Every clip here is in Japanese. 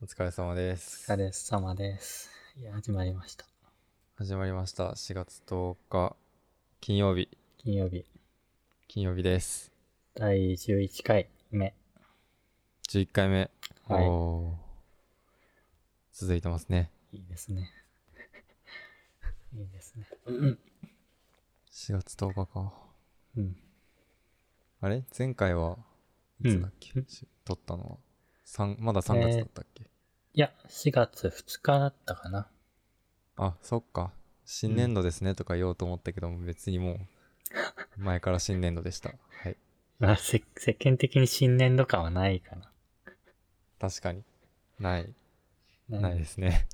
お疲れ様でおす。疲れ様です。いや、始まりました。始まりました。4月10日、金曜日、金曜日、金曜日です。第11回目。 11回目。はおー続いてますね。い。いいですね。 いいですね。うん。 4月10日か。うん。あれ前回はいつだっけ、うんし撮ったのは。三まだ3月だったっけ、いや、4月2日だったかな。あ、そっか。新年度ですねとか言おうと思ったけども、別に もう、前から新年度でした。はい。まあ、せ世間的に新年度感はないかな。確かに。ない。なないですね。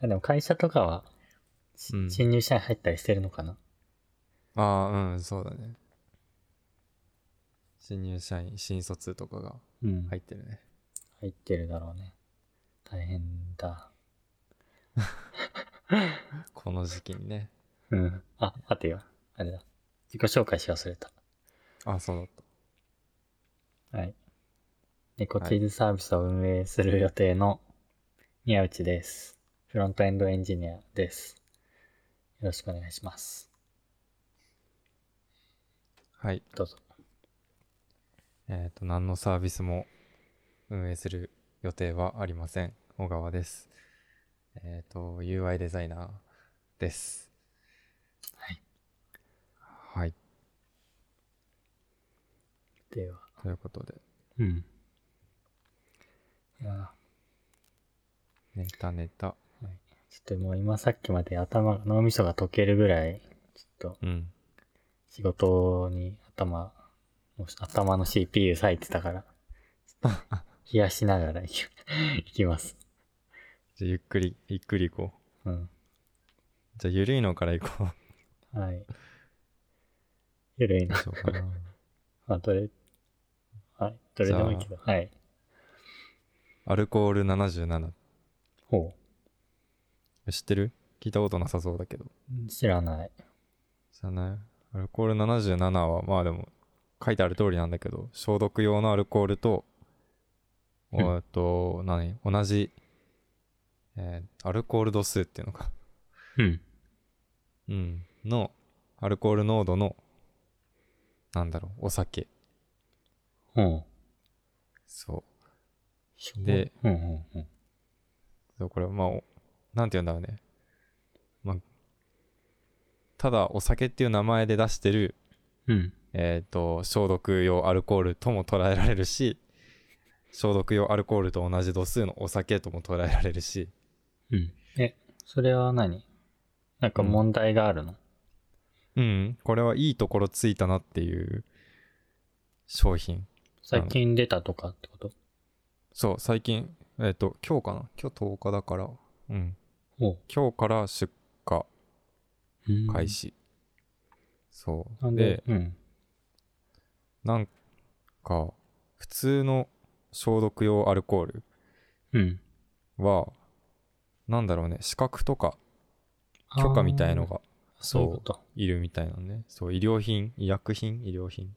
あでも会社とかは、しうん新入社員入ったりしてるのかな。ああ、うん、そうだね。新入社員、新卒とかがうん。入ってるね。入ってるだろうね。大変だ。この時期にね。うん。あ、待てよ。あれだ。自己紹介し忘れた。あ、そうだっはい。猫チーズサービスを運営する予定の宮内です。フロントエンドエンジニアです。よろしくお願いします。た。はい。どうぞ。えっ、と、何のサービスも運営する予定はありません。小川です。えっ、と、UI デザイナーです。はい。はい。では。ということで、うん。いやーネタネタ。ちょっともう今さっきまで頭、脳みそが溶けるぐらい、ちょっとうん。仕事に頭、もう頭の CPU 割いてた から、ちょっと冷やしながらいきいきます。じゃあゆっくり、ゆっくり行こう。うん。じゃあ、ゆるいのから行こ。はい。ゆるいうどなうし。ようかな。まあ、どれ、はい、どれでもいいけど、はい。 アルコール77。ほ知ってる聞いたことなさそうだけど。う。知らない。じゃないアルコール77は、まあでも、書いてある通りなんだけど、消毒用のアルコールと、うんえっと、何同じ、えーアルコール度数っていうのか。うん。うん。の、アルコール濃度の、なんだろう、お酒。ほ。そうう。で、うんうんうん。そうこれ、まあ、おなんて言うんだろうね。まあ、ただ、お酒っていう名前で出してる、うん。えっ、と、消毒用アルコールとも捉えられるし、消毒用アルコールと同じ度数のお酒とも捉えられるし、うん。え、それは何なんか問題があるの、うん、これはいいところついたなっていう商品。最近出たとかってことそう、最近、えっ、と、今日かな今日10日だから、うん、ほ今日から出荷う。うん開。始。そなんう。でで、、うん。なんか、普通の消毒用アルコールうん。は、なんだろうね、資格とか許可みたいのあー。がそういうこと。いるみたいなのね。そう、医療品、医薬品、医療品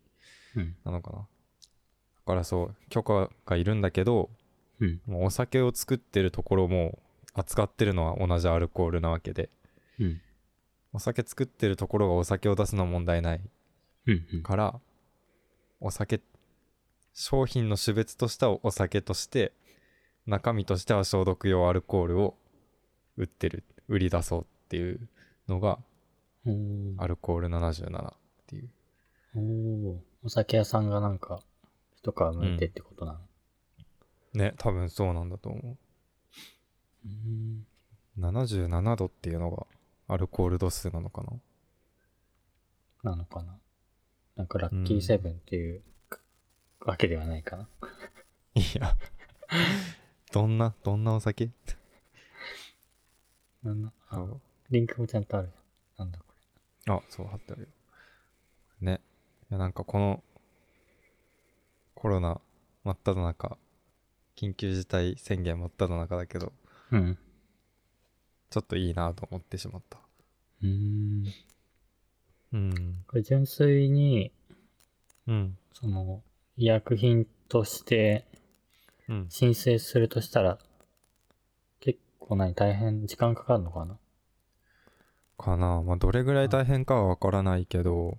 うん。なのかな。だからそう、許可がいるんだけど、うん。もうお酒を作ってるところも扱ってるのは同じアルコールなわけで、うん。お酒作ってるところがお酒を出すのは問題ないうん。うんから、お酒、商品の種別としてはお酒として、中身としては消毒用アルコールを売ってる、売り出そうっていうのがほうアルコール77っていう。おーお酒屋さんがなんか、一皮むいてってことなのね、多分そうなんだと思う。うん。 77度っていうのがアルコール度数なのかななのかな。なんかラッキーセブンっていう、わけではないかな。いやどんなどんなお酒なんだああリンクもちゃんとあるやん。なんだこそう貼ってあるよねいやなんかこのコロナ真っ只中緊急事態宣言真っ只中だけどれ。うん。ちょっといいなと思ってしまったうん。うんこれ純粋に、うんその、医薬品としてうん申請するとしたら、こんなに大変、時間かかるのかなかな。まあ、どれぐらい大変かはわからないけど、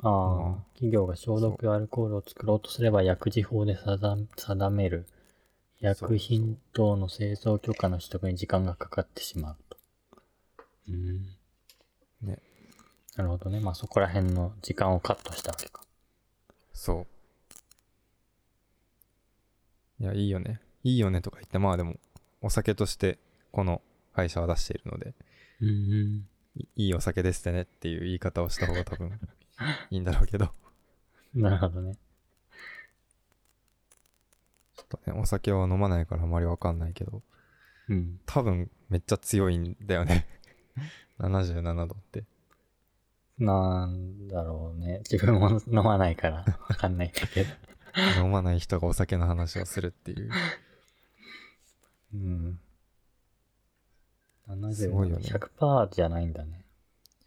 ああ、うん企業が消毒アルコールを作ろうとすれば薬事法で定定める薬品等の製造許可の取得に時間がかかってしまうと。うん。ね。なるほどね。まあそこら辺の時間をカットしたわけか。そう。いや、いいよね。いいよねとか言って、まあでも、お酒として、この会社は出しているので、うんうん。いいいお酒ですってねっていう言い方をした方が多分いいんだろうけど、ちなるほどね。ょっとね、お酒は飲まないからあまりわかんないけど、うん。多分めっちゃ強いんだよね。77度って。なんだろうね。自分も飲まないからわかんないんだ けど。飲まない人がお酒の話をするっていう。うん。すごいよね70%じゃないんだね。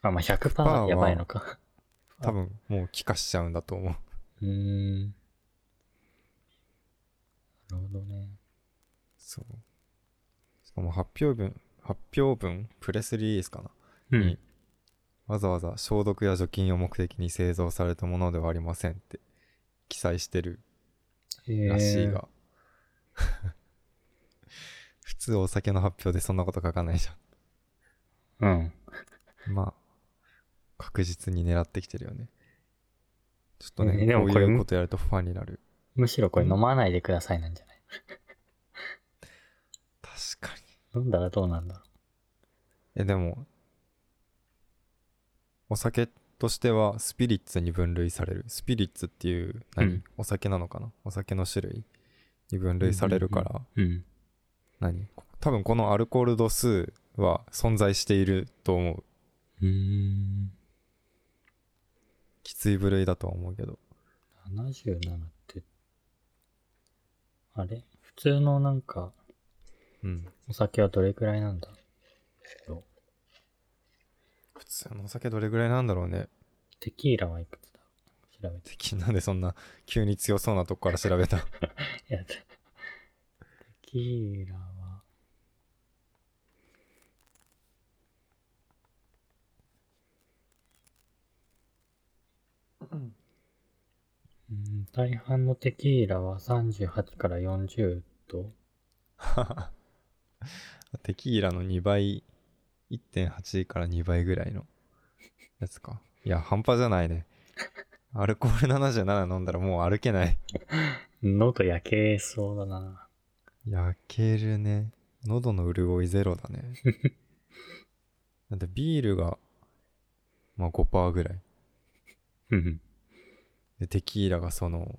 あ、はまあ、100%やばいのか。多分もう気化しちゃうんだと思う。うーん。なるほどね。そう。しかも発表文、発表文プレスリリースかなうに。わざわざ消毒や除菌を目的に製造されたものではありませんって記載してるらしいえーが、 普通お酒の発表でそんなこと書かないじうん。ゃん まあ確実に狙ってきてるよねちょっとえね、ーでもここうれいうことやるとファンになるむしろこれ飲まないでくださいなんじゃない確かに飲んだらどうなんだろえでもお酒としてはスピリッツに分類されるスピリッツっていう何、うんお酒なのかなお酒の種類に分類されるから、う。うん。何多分このアルコール度数は存在していると思ううーん。きつい部類だとは思うけど77って、あれ普通のなんか、うんお酒はどれくらいなんだ普通のお酒どれぐらいなんだろうね テキーラはいくつだ調べて。敵なんでそんな急に強そうなとこから調 べたいや、テキーラは、うん、大半のテキーラは38から40度テキーラの2倍1.8から2倍ぐらいのやつかいや半端じゃないねアルコール77飲んだらもう歩けない喉焼けそうだな。焼けるね喉の潤いゼロ だねだってビールがまあ5%ぐらいうん。でテキーラがその、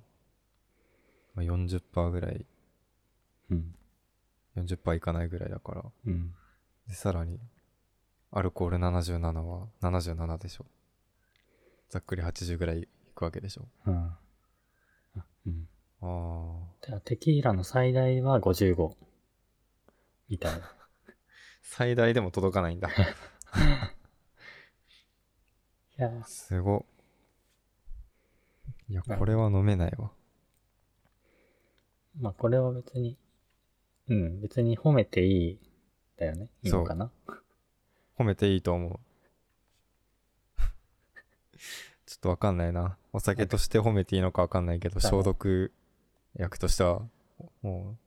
まあ、40%ぐらいうん。 40%いかないぐらいだからうん。でさらにアルコール77は77でしょざっくり80ぐらいいくわけでしょうん。あうん。ああてかテキーラの最大は55。みたいな。最大でも届かないんだいやーすごいやこれは飲めないわまあこれは別に、うん、別に褒めていい、だよね。いいのかな褒めていいと思う ちょっとわかんないなお酒として褒めていいのかわかんないけどだね消毒薬としてはも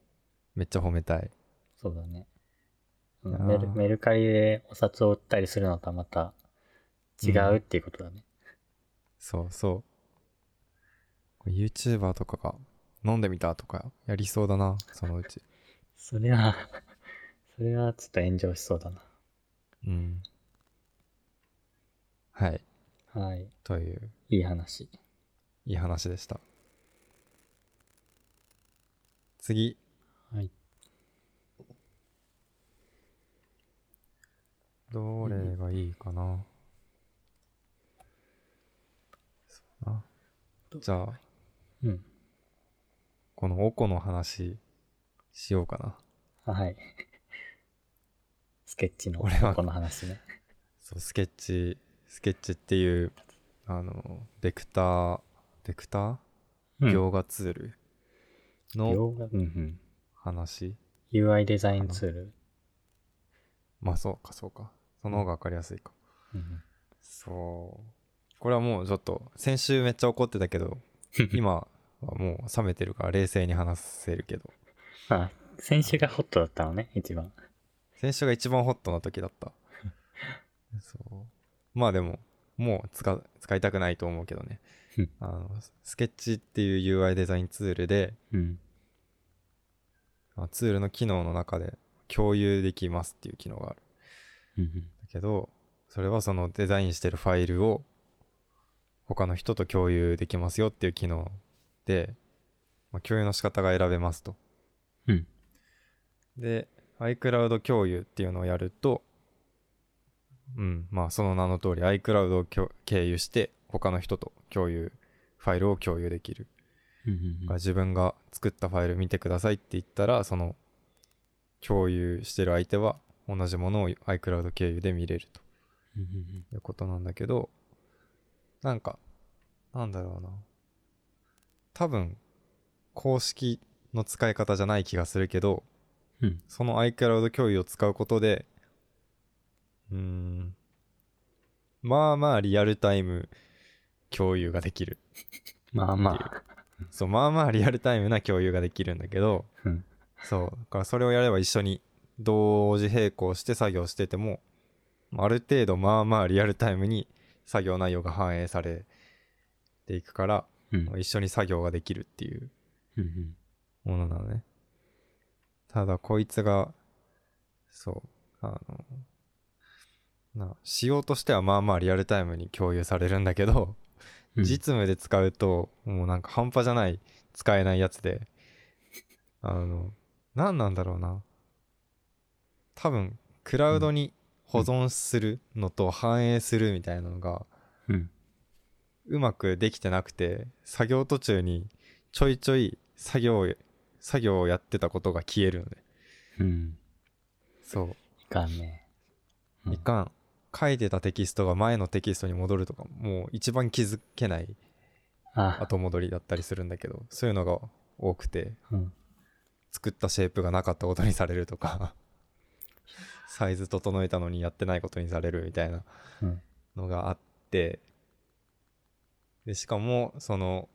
うめっちゃ褒めたいそうだね。ういやんーメルメルカリでお札を売ったりするのとはまた違うっていうことだね。そうそうこれ YouTuber とかが飲んでみたとかやりそうだなそのうちそれは、 それはちょっと炎上しそうだな。うんはいはい。といういい話。いい話でした次はい。どれがいいかな、そうなじゃあうん。このおこの話しようかなあはい。スケッチの、俺はこの話 ね。そうスケッチスケッチっていうあのベクターベクターうん。描画ツールの行がうんうん。話、 UI デザインツールまあそうかそうか。その方が分かりやすいか。うんそう。これはもうちょっと、先週めっちゃ怒ってたけど、今はもう冷めてるから冷静に話せるけど、 あ、先週がホットだったのね、一番。先週が一番ホットな時だ った。そう。まあでも、もう使使いたくないと思うけどねうん。あのスケッチっていう UI デザインツールで、うん。あツールの機能の中で共有できますっていう機能がある。うんだけどそれはそのデザインしてるファイルを他の人と共有できますよっていう機能で、まあ、共有の仕方が選べますと。うんで iCloud 共有っていうのをやるとうんまあその名の通り iCloud をきょ経由して他の人と共有ファイルを共有できる。うんが自分が作ったファイル見てくださいって言ったらその共有してる相手は同じものを iCloud 経由で見れるとうんいうことなんだけどなんかなんだろうな多分公式の使い方じゃない気がするけどうんその iCloud 共有を使うことでうーんまあまあリアルタイム共有ができるまあまあ。そうまあまあリアルタイムな共有ができるんだけどうんそうだからそれをやれば一緒に同時並行して作業しててもある程度まあまあリアルタイムに作業内容が反映されていくからうん一緒に作業ができるっていううんものなのねただこいつがそうあのな仕様としてはまあまあリアルタイムに共有されるんだけどうん実務で使うともうなんか半端じゃない使えないやつであの何なんだろうな多分クラウドに保存するのと反映するみたいなのがうんうまくできてなくて作業途中にちょいちょい作業作業をやってたことが消えるのでうん。そいかんね。うんういかん書いてたテキストが前のテキストに戻るとかもう一番気づけないあ、後戻りだったりするんだけどそういうのが多くてうん。作ったシェイプがなかったことにされると かサイズ整えたのにやってないことにされるみたいなうんのがあってでしかもその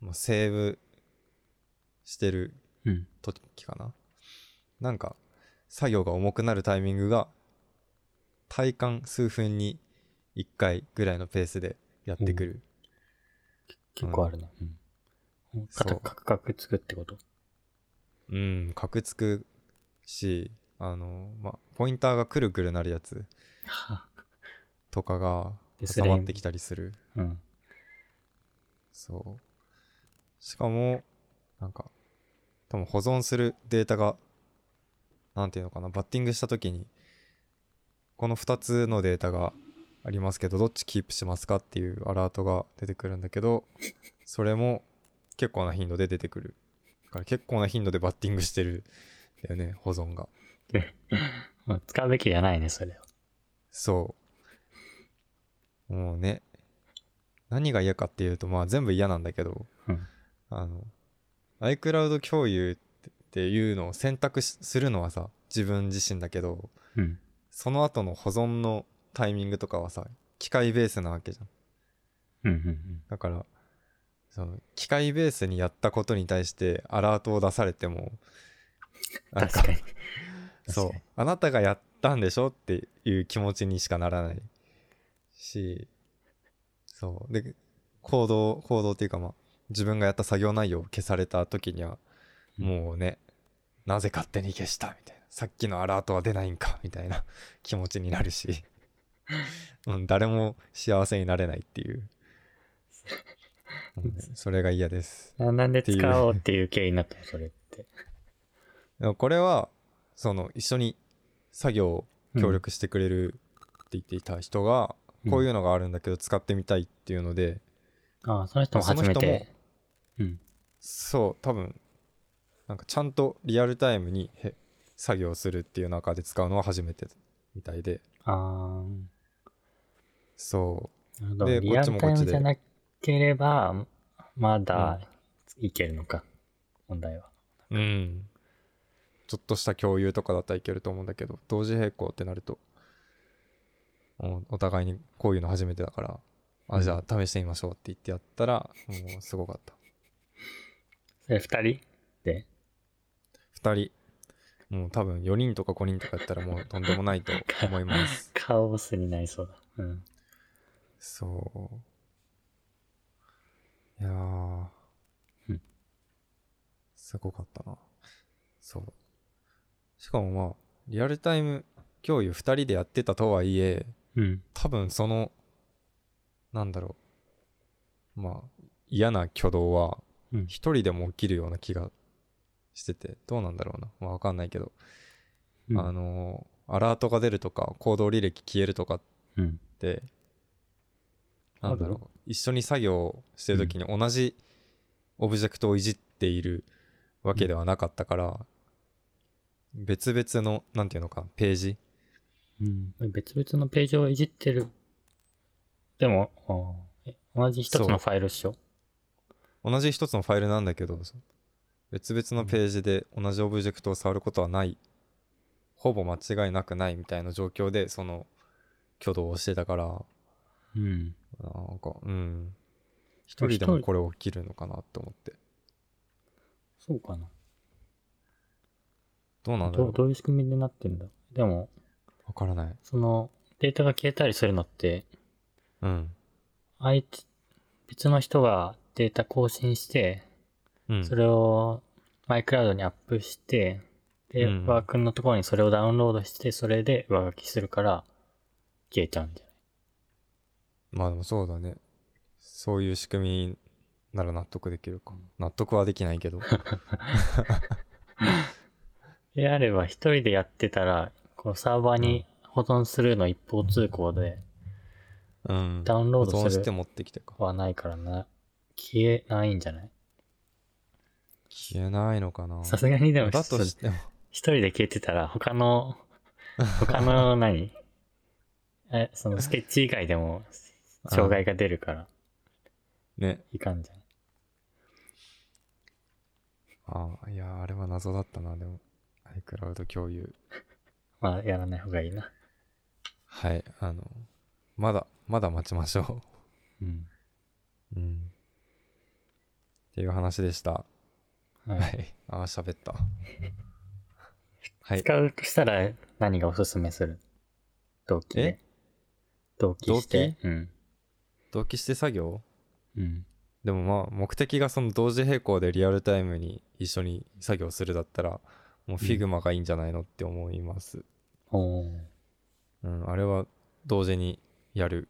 もうセーブしてるうん。時かななんか作業が重くなるタイミングが体感数分に1回ぐらいのペースでやってくる、結構あるね。うん。そうカタカクカクつくってことうん、カクつくし、あの、ま、ポインターがくるくるなるやつはとかがです挟ねまってきたりする。うん。そう。しかも、なんか、多分保存するデータが、なんていうのかな、バッティングしたときに、この2つのデータがありますけど、どっちキープしますかっていうアラートが出てくるんだけど、それも結構な頻度で出てくる。だから結構な頻度でバッティングしてるんだよね、保存が。まあ使うべきじゃないね、それは。そう。もうね、何が嫌かっていうと、まあ全部嫌なんだけど、うんあの、iCloud 共有っていうのを選択しするのはさ、自分自身だけど、うん。その後の保存のタイミングとかはさ、機械ベースなわけじゃん。うんうんだから、その、機械ベースにやったことに対してアラートを出されても、うん。なん確かに。そう確かに。あなたがやったんでしょっていう気持ちにしかならないし、そう。で、行動、行動っていうかまあ、自分がやった作業内容を消された時には、うんもうね、なぜ勝手に消したみたいな。さっきのアラートは出ないんかみたいな 気持ちになる し、うん、誰も幸せになれないっていう。うんそれが嫌です。ななんで使おうっていう経緯になったの、それって。でもこれはその一緒に作業を協力してくれるって言っていた人が、こういうのがあるんだけど使ってみたいっていうので、ああ、その人も初めその人て。うん。そう多分なんかちゃんとリアルタイムにへ作業するっていう中で使うのは初めてみたいでああ。そなるほどでリこアルっちもタこっイムちでじゃなければ、まだいけるのか、問題は。ううんちょっとした共有とかだったらいけると思うんだけど同時並行ってなるとおお互いにこういうの初めてだからあじゃあ試してみましょうって言ってやったらもうすごかったそれ二人で、 2人もう多分4人とか5人とかやったらもうとんでもないと思います カオスになりそうだ。うん。そういやーうんすごかったなそうしかもまあリアルタイム共有2人でやってたとはいえうん。多分そのなんだろうまあ嫌な挙動はうん一人でも起きるような気がしててどうなんだろうな、まあ、分かんないけど、あのーアラートが出るとか行動履歴消えるとかっうん。てあるなんだろう一緒に作業してる時に同じオブジェクトをいじっているわけではなかったから、別々のなんていうのかページうん。別々のページをいじってる。でも、あーえ同じ一つそうのファイルっしょ。同じ一つのファイルなんだけどそ別々のページで同じオブジェクトを触ることはないほぼ間違いなくないみたいな状況でその挙動をしてたからうん。なんかうん一人でもこれ起きるのかなと思ってそうかな。どうなんだろどううどういう仕組みになってんだでも、わからないその、データが消えたりするのって、うんあいつ、別の人がデータ更新して、うんそれをマイクラウドにアップして、で、うんワー君のところにそれをダウンロードして、それで上書きするから、消えちゃうんじゃないまあでもそうだねそういう仕組みなら納得できるか納得はできないけ どであれば、一人でやってたら、こうサーバーに保存するの一方通行で、うんダウンロー保ド存すしてる持ってきてかはないからな、消えないんじゃない消えないのかなさすがにでも、だとしても一人で消えてたら、他の、他の何え、そのスケッチ以外でも、障害が出るから、ねいかんじゃん。ああ、いやー、あれは謎だったな、でも。iCloud 共有。まあ、やらない方がいいな。はい、あの、まだ、まだ待ちましょうん。う。うん。っていう話でした。は。はいい。ああ、喋った。はい。使うとしたら、何がおすすめする同期でえ。同期して。うん。同期して作業うん。でもまあ、目的がその同時並行でリアルタイムに一緒に作業するだったら、もう Figma がいいんじゃないのって思います。おーうん、あれは同時にやる、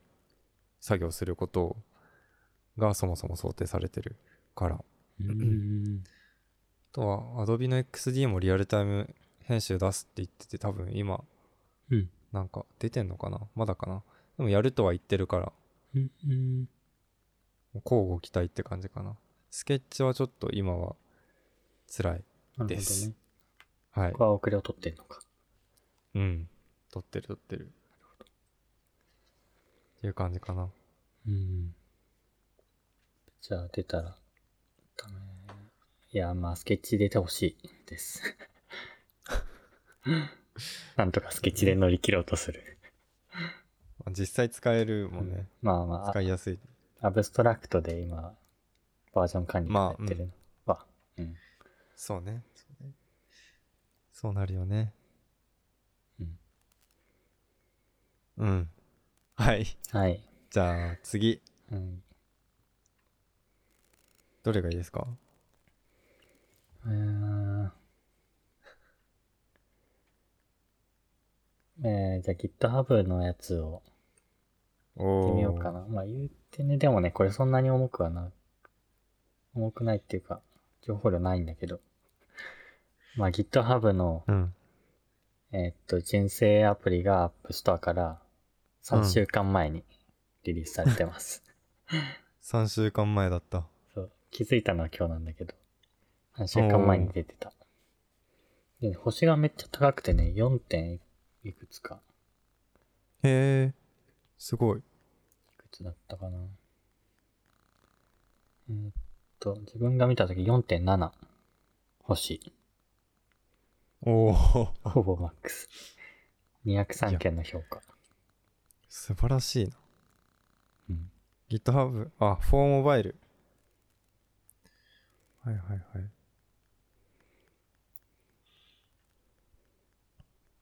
作業することがそもそも想定されてるから。うん。あとは Adobe の XD もリアルタイム編集出すって言ってて多分今うん。なんか出てんのかなまだかなでもやるとは言ってるからうん。交互期待って感じかなスケッチはちょっと今は辛いなるほどでね。すはいここは遅れを取ってんのか。うん撮ってる撮ってるっていう感じかなうん。じゃあ出たら、ダメ。いや、まあ、スケッチ出てほしいです。 なんとかスケッチで乗り切ろうとする。実際使えるもんね、まあま使いやすいあ、アブストラクトで今、バージョン管理やってるのは、うん。そうねそうねそうなるよねうんうんはいはい。じゃあ次うんどれがいいですかうーん。えー、じゃあ GitHub のやつをやってみようかな。まあ言ってね、でもね、これそんなに重くはな、重くないっていうか、情報量ないんだけど。まあ GitHub の、うん。えーっと、純正アプリが App Store から3週間前にリリースされてます。 3週間前だった。そう気づいたのは今日なんだけど、3週間前に出てた。でね、星がめっちゃ高くてね、4. 点いくつか、へえ。すごい。いくつだったかな。えーっと、自分が見たとき4.7星。おお、ほぼマックス。203件の評価。素晴らしいな。うん。 GitHub、あ、4モバイル。はいはいはい。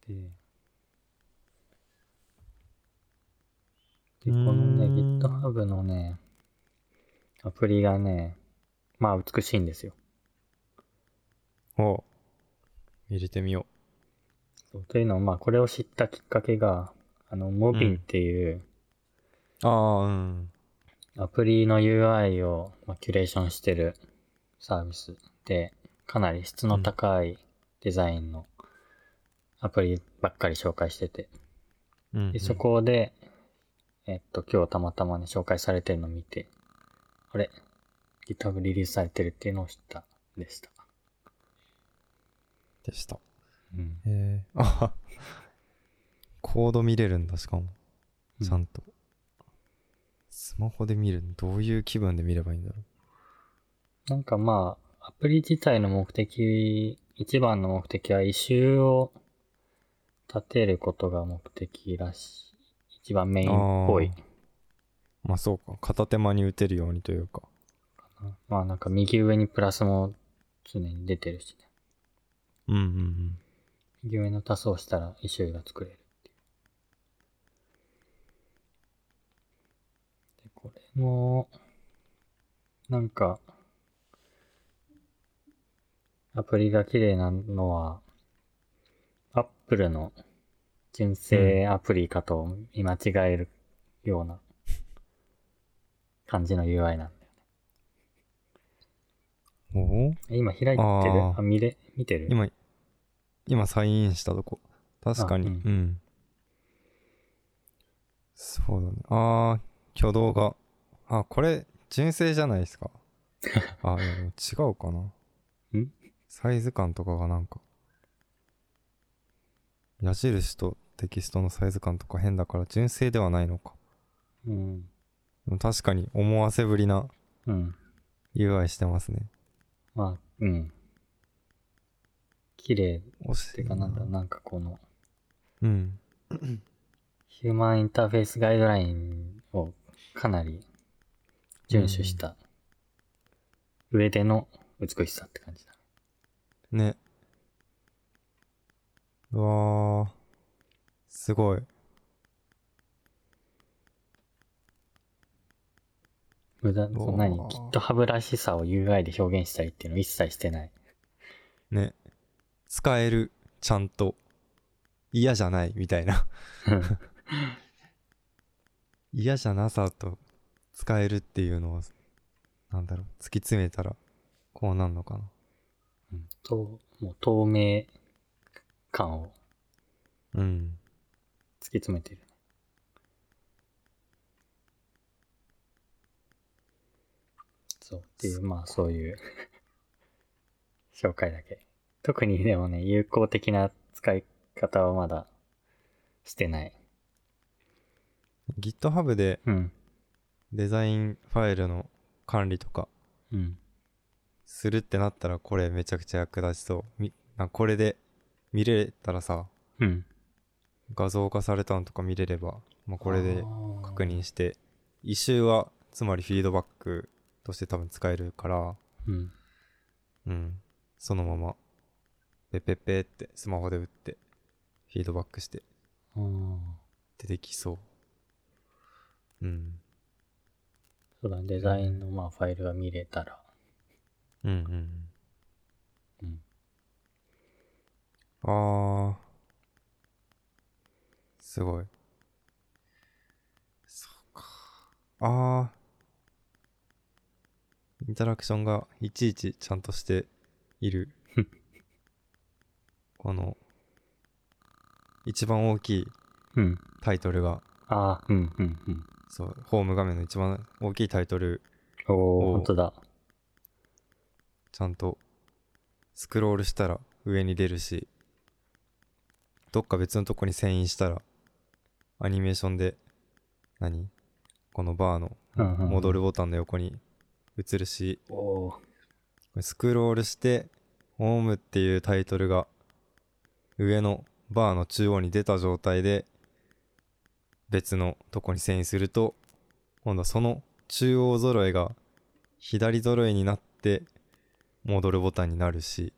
で、で、このね、うーん GitHub のね、アプリがね、まあ美しいんですよ。おう入れてみよそうというのも、まあこれを知ったきっかけが、あの、モビンっていうう。ああ、うん。アプリの UI を、まあ、キュレーションしてるサービスで、かなり質の高いデザインのアプリばっかり紹介してて、うん、でそこで、えっと、今日たまたまね、紹介されてるのを見て、あれ ?GitHub リリースされてるっていうのを知った、でした。でした。うん。へえ。あは コード見れるんだ、しかも。ちゃんと。スマホで見るのどういう気分で見ればいいんだろなんかまあ、アプリ自体の目的、一番の目的は、異臭を立てることが目的らしい。一番メインっぽい。う。まあそうか。片手間に打てるようにというか。まあなんか右上にプラスも常に出てるしね。うんうんうん。右上の足すをしたら異臭が作れるっていう。で、これも、なんか、アプリが綺麗なのは、アップルの純正アプリかと見間違えるような感じの UI なんだよね。おお今開いてるああー見れ、見てる今、今サインインしたとこ。確かに。あううんん、そうだね。あー、挙動が。あ、これ、純正じゃない ですか。あ、いやでも違うかな。んサイズ感とかがなんか。矢印とテキストのサイズ感とか変だから純正ではないのか。うん。でも確かに思わせぶりなうん。 UI してますね。まあ、うん。綺麗おしっていうかなんだろう、なんかこの、うん。ヒューマンインターフェースガイドラインをかなり遵守した上での美しさって感じだ。ね。うわー、すごい。無駄、ーそんなにきっと歯ブラシさを UI で表現したりっていうのを一切してない。ね。使える、ちゃんと。嫌じゃない、みたいな。嫌じゃなさと使えるっていうのを、なんだろう、突き詰めたら、こうなんのかな。うんと、もう透明感をうん。突き詰めてる。そう。っていう、まあそういう 紹介だけ。特にでもね、有効的な使い方はまだしてない。 GitHub でうん。デザインファイルの管理とかうん。するってなったら、これめちゃくちゃ役立ちそう。みなこれで見れたらさ、うん。画像化されたのとか見れれば、まあ、これで確認。認して異臭はつまりフィードバックとして多分使えるからうん。うんそのままペペペってスマホで打ってフィードバックしてあー出てきそううんそうだ、デザインのまあファイルが見れたら。うんうんうん。あーすごいそうかあーインタラクションがいちいちちゃんとしている この一番大きいうん。タイトルがああ、うん、うん、うん。そうホーム画面の一番大きいタイトルおおおー本当だ。ちゃんとスクロールしたら上に出るしどっか別のとこに遷移したらアニメーションで何このバーのうんうんうん戻るボタンの横に映るしおおスクロールして「ホーム」っていうタイトルが上のバーの中央に出た状態で別のとこに遷移すると今度はその中央揃えが左揃えになって戻るボタンになるし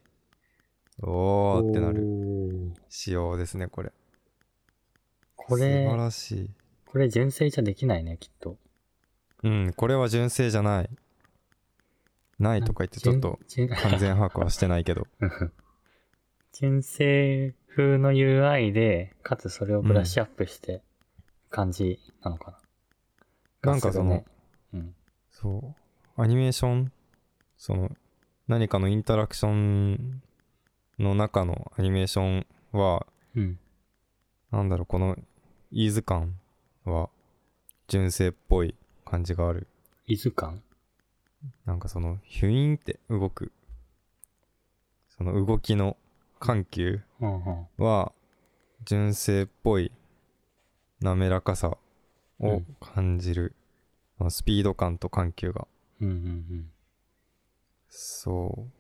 おーってなるる。仕様ですねこれこ素晴れ、らしいこれ純正じゃできないね、きっと。うんこれは純正じゃないないとか言ってちょっと純純完全把握はしてないけど 純正風の UI で、かつそれをブラッシュアップして、感じなのかな。なんかその、うん。そう。アニメーション、その、何かのインタラクションの中のアニメーションは、うん。なんだろう、この、イーズ感は、純正っぽい感じがある。伊豆感なんかその、ヒュイーンって動く、その動きの緩急うんうん。は、純正っぽい滑らかさうをん感じる。そのスピード感と緩急が。うんうんそう。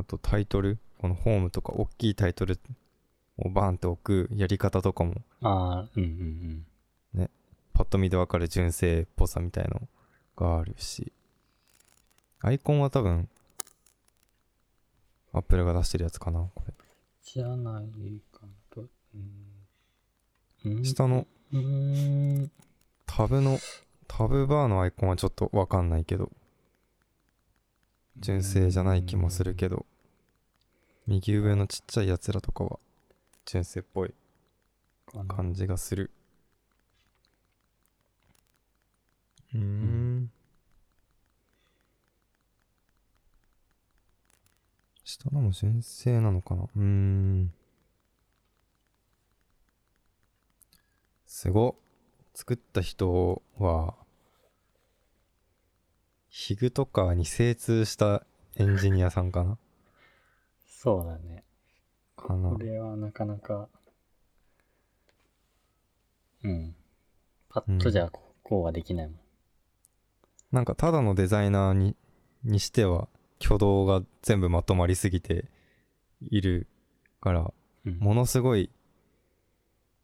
あとタイトル、このホームとか大きいタイトルをバーンって置くやり方とかも、うん。ああ、うんうんパッと見でわかる純正っぽさみたいのがあるし、アイコンは多分、アップルが出してるやつかな、こじゃないかなと。うん。れ。下のうーん。タブの、タブバーのアイコンはちょっとわかんないけど、純正じゃない気もするけど、右上のちっちゃいやつらとかは、純正っぽいど。かな感じがするうーんん下のも純正なのかなうーんすごっ作った人はヒグとかに精通したエンジニアさんかなそうだね。かなこれはなかなか、うん。パッとじゃここうはできないもん。なんかただのデザイナーににしては挙動が全部まとまりすぎているからうんものすごい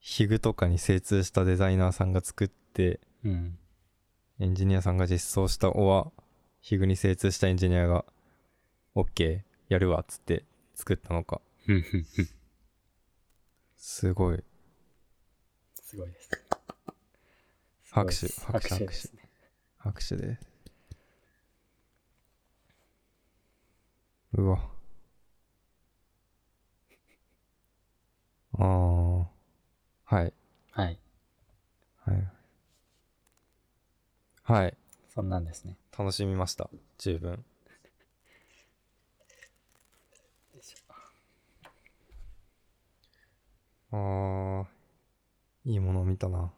ヒグとかに精通したデザイナーさんが作ってうん。エンジニアさんが実装したおはヒグに精通したエンジニアが OK やるわっつって作ったのかうんうんすごいすごいです。拍手すごい拍です手拍拍手手ですね。拍手でうわああはいはい。はいはいそんなんですね。楽しみました十分あーいいものを見たな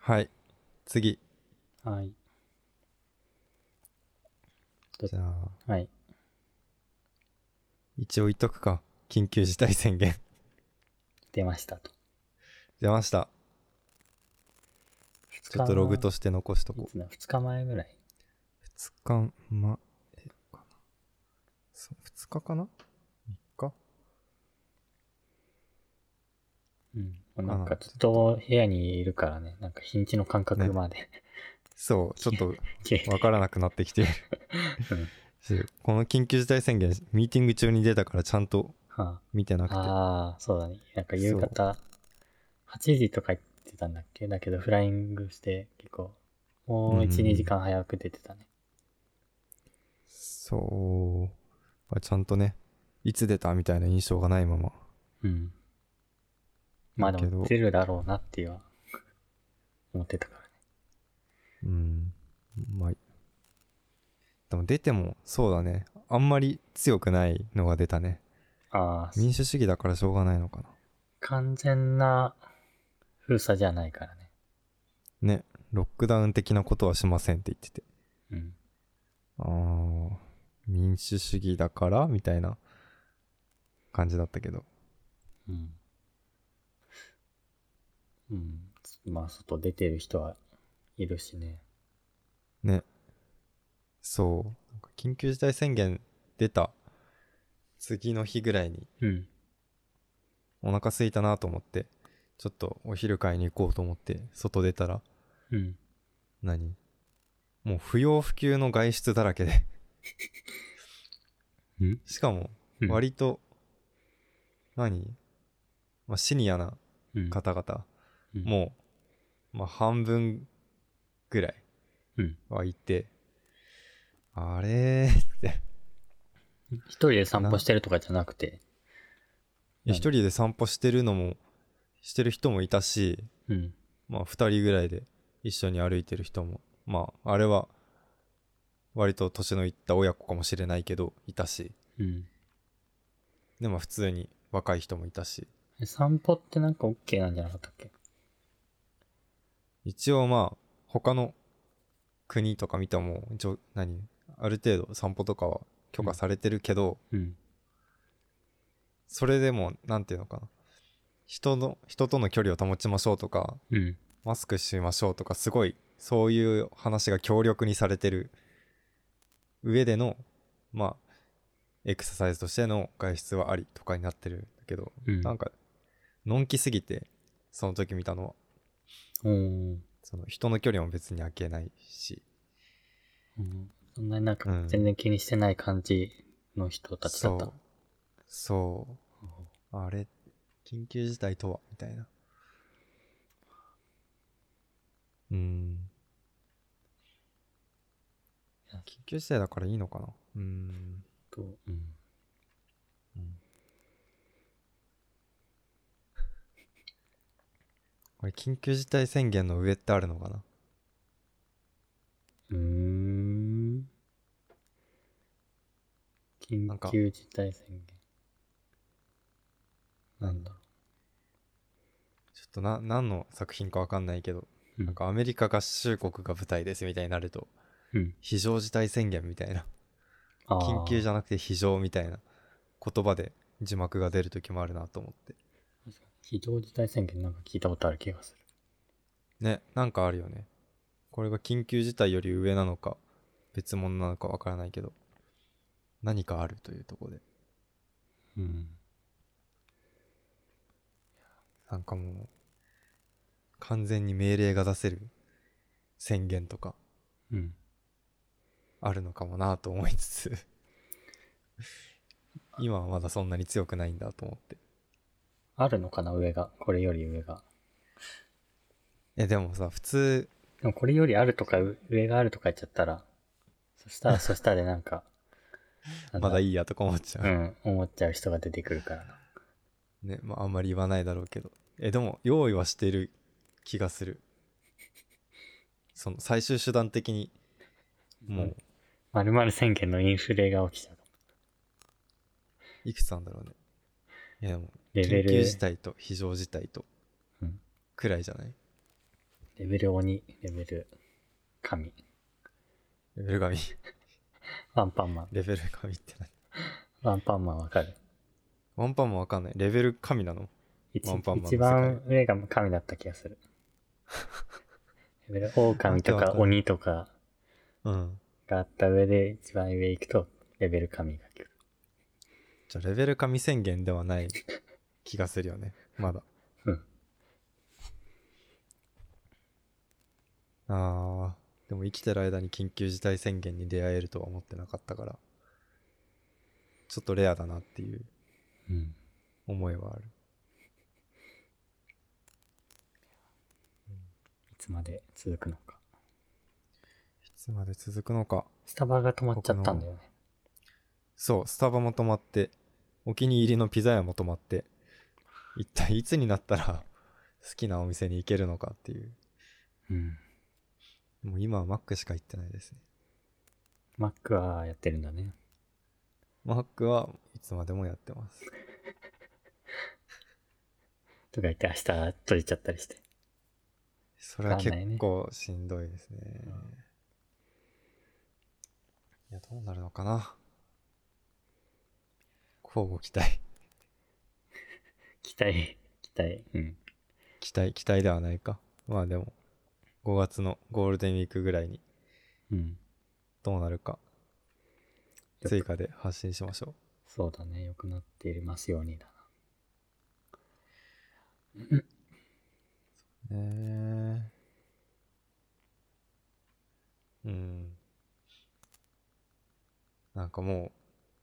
はい次はい。じゃあはい。一応言っとくか緊急事態宣言 出ましたと。出ましたちょっとログとしして残しとこういつだ2日前ぐらい。 2日まえかなそう2日かな3日うん。なんかずっと部屋にいるからね、なんか日にちの感覚ま で。そうちょっとけわからなくなって きているうんそうこの緊急事態宣言ミーティング中に出たからちゃんとは見てなくてああー、そうだね。なんか夕方、8時とか言ってたんだっけだけど、フライングして、結構、もううんうんう1、ん2時間早く出てたね。そうあちゃんとねいつ出たみたいな印象がないままうん。まあだでけども、出るだろうなっていうのは思ってたからね。うんまあでも出てもそうだねあんまり強くないのが出たねああ、民主主義だからしょうがないのかな完全な封鎖じゃないからね。ねロックダウン的なことはしませんって言っててうん。ああ民主主義だからみたいな感じだったけどうん。うん。まあ、外出てる人はいるしね。ねそうなんか緊急事態宣言出た次の日ぐらいにうん。お腹空いたなと思って、ちょっとお昼買いに行こうと思って、外出たら、うん。何もう不要不急の外出だらけ でんしかもうん割と、何、まあ、シニアなうん。方々、うんもう、まあ、半分ぐらいうん。はいて、あれーって一人で散歩してるとかじゃなくて。一人で散歩してるのもしてる人もいたしうん。まあ、2人ぐらいで一緒に歩いてる人もまああれは割と年のいった親子かもしれないけどいたしうん。でも普通に若い人もいたしえ散歩ってなんか OK なんじゃなかったっけ一応まあ他の国とか見てもじょ何ある程度散歩とかは許可されてるけど、うん。それでも何ていうのかな人の人との距離を保ちましょうとかうん。マスクしましょうとかすごいそういう話が強力にされてる上でのまあエクササイズとしての外出はありとかになってるんだけど、うん。なんかのんきすぎてその時見たのはおーその人の距離も別に空けないしうん。そんなになんかうん全然気にしてない感じの人たちだった。そうそうあれ緊急事態とはみたいなうんいや緊急事態だからいいのかなうんとうん。これ緊急事態宣言の上ってあるのかなうーん。んか緊急事態宣言。なんだろちょっとな何の作品かわかんないけど、う。なんかアメリカ合衆国が舞台ですみたいになるとうん、非常事態宣言みたいなあー緊急じゃなくて非常みたいな言葉で字幕が出る時もあるなと思って確かに非常事態宣言なんか聞いたことある気がすねなんかあるよねこれが緊急事態より上なのか別物なのかわからないけど何かあるというところでる。うん。なんかもう完全に命令が出せる宣言とかうん。あるのかもなと思いつつ今はまだそんなに強くないんだと思ってあるのかな、上が。これより上が。えでもさ普通でもこれよりあるとか、う上があるとか言っちゃったら、そした ら、そしたらでなんか、まだい。いいやとか思っちゃうう、ん、思っちゃう人が出てくるからな。ねまああんまり言わないだろうけどえでも用意はしてる気がするその最終手段的にもうまる宣言のインフレが起きちゃうかも。いくつなんだろうねいやでもレベ緊急ル、事態と非常事態とうんくらいじゃないレベル鬼、レベル神、レベル神 ワンパンマン。レベル神って何ワンパンマンわかるワンパンもわかんないレベル神なの一ワンパンマンの一番上が神だった気がする。レベル狼とわけわかかん鬼とかうんがあった上で一番上行くとレベル神が来る。じゃあレベル神宣言では ない気がするよね。まだ。うん。あー、でも生きてる間に緊急事態宣言に出会えるとは思ってなかったから、ちょっとレアだなっていううん。思いはある。いつまで続くのか。いつまで続くのか。スタバが止まっちゃったんだよね。そう、スタバも止まって、お気に入りのピザ屋も止まって、一体いつになったら好きなお店に行けるのかっていう。うん。もう今はマックしか行ってないですね。マックはやってるんだね。マックはいつまでもやってます。とか言って明日閉じちゃったりして。それはわかん結ないね構しんどいですね。いや、どうなるのかな。交互期待。期待、 期待。うん。期待、期待ではないか。まあでも、5月のゴールデンウィークぐらいにうん。どうなるか、追加で発信しましょう。そうだね。良くなっていますようにだねえうんなんかもう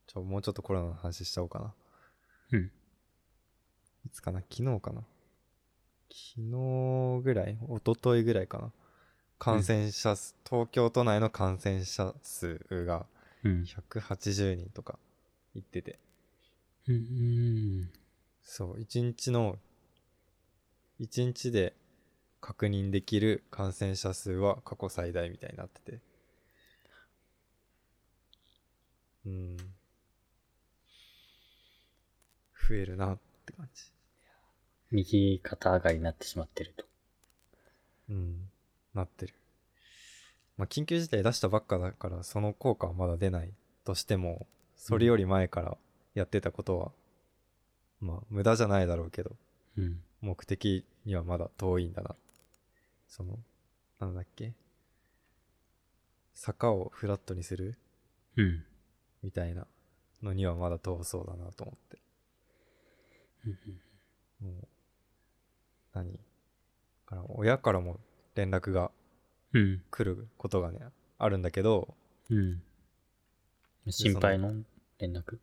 ちょもうちょっとコロナの話しちゃおうかなな。うん。いつかな昨日かな昨日ぐらい一昨日ぐらいかな感染者数、東京都内の感染者数がうん。 180人とかいっててうん。うん。そう一日の一日で確認できる感染者数は過去最大みたいになっててうん増えるなって感じ右肩上がりになってしまってると。うんなってるまあ緊急事態出したばっかだからその効果はまだ出ないとしてもそれより前からやってたことは、まあ無駄じゃないだろうけどうん。目的にはまだ遠いんだな。その、なんだっけ坂をフラットにするうん。みたいなのにはまだ遠そうだなと思って。もう、何だから親からも連絡がうん。来ることがね、あるんだけど、うん。心配の連絡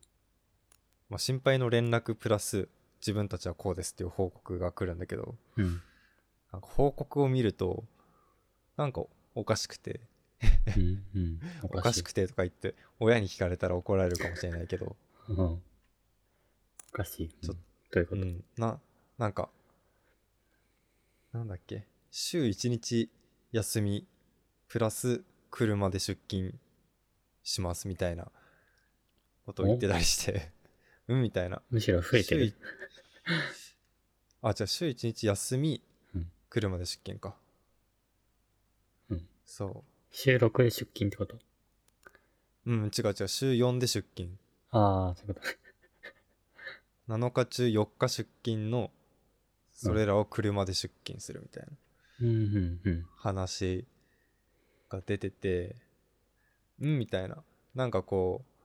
まあ、心配の連絡プラス自分たちはこうですっていう報告が来るんだけど、うん。なんか報告を見ると、なんかおかしくて、うん。うん。 おおかしくてとか言って親に聞かれたら怒られるかもしれないけど、うん。おかしい。ちょうんどういうこうと、ん、ななんかなんだっけ週1日休みプラス車で出勤しますみたいなことを言ってたりして うんみたいなむしろ増えて週る。いあじゃあ週1日休みうん車で出勤か、うんそ週6で出勤ってことううん違う違う週4で出勤ああ、そういうこと。 7日中4日出勤のそれらを車で出勤するみたいなうんうんうん。話が出ててうんみたいななんかこう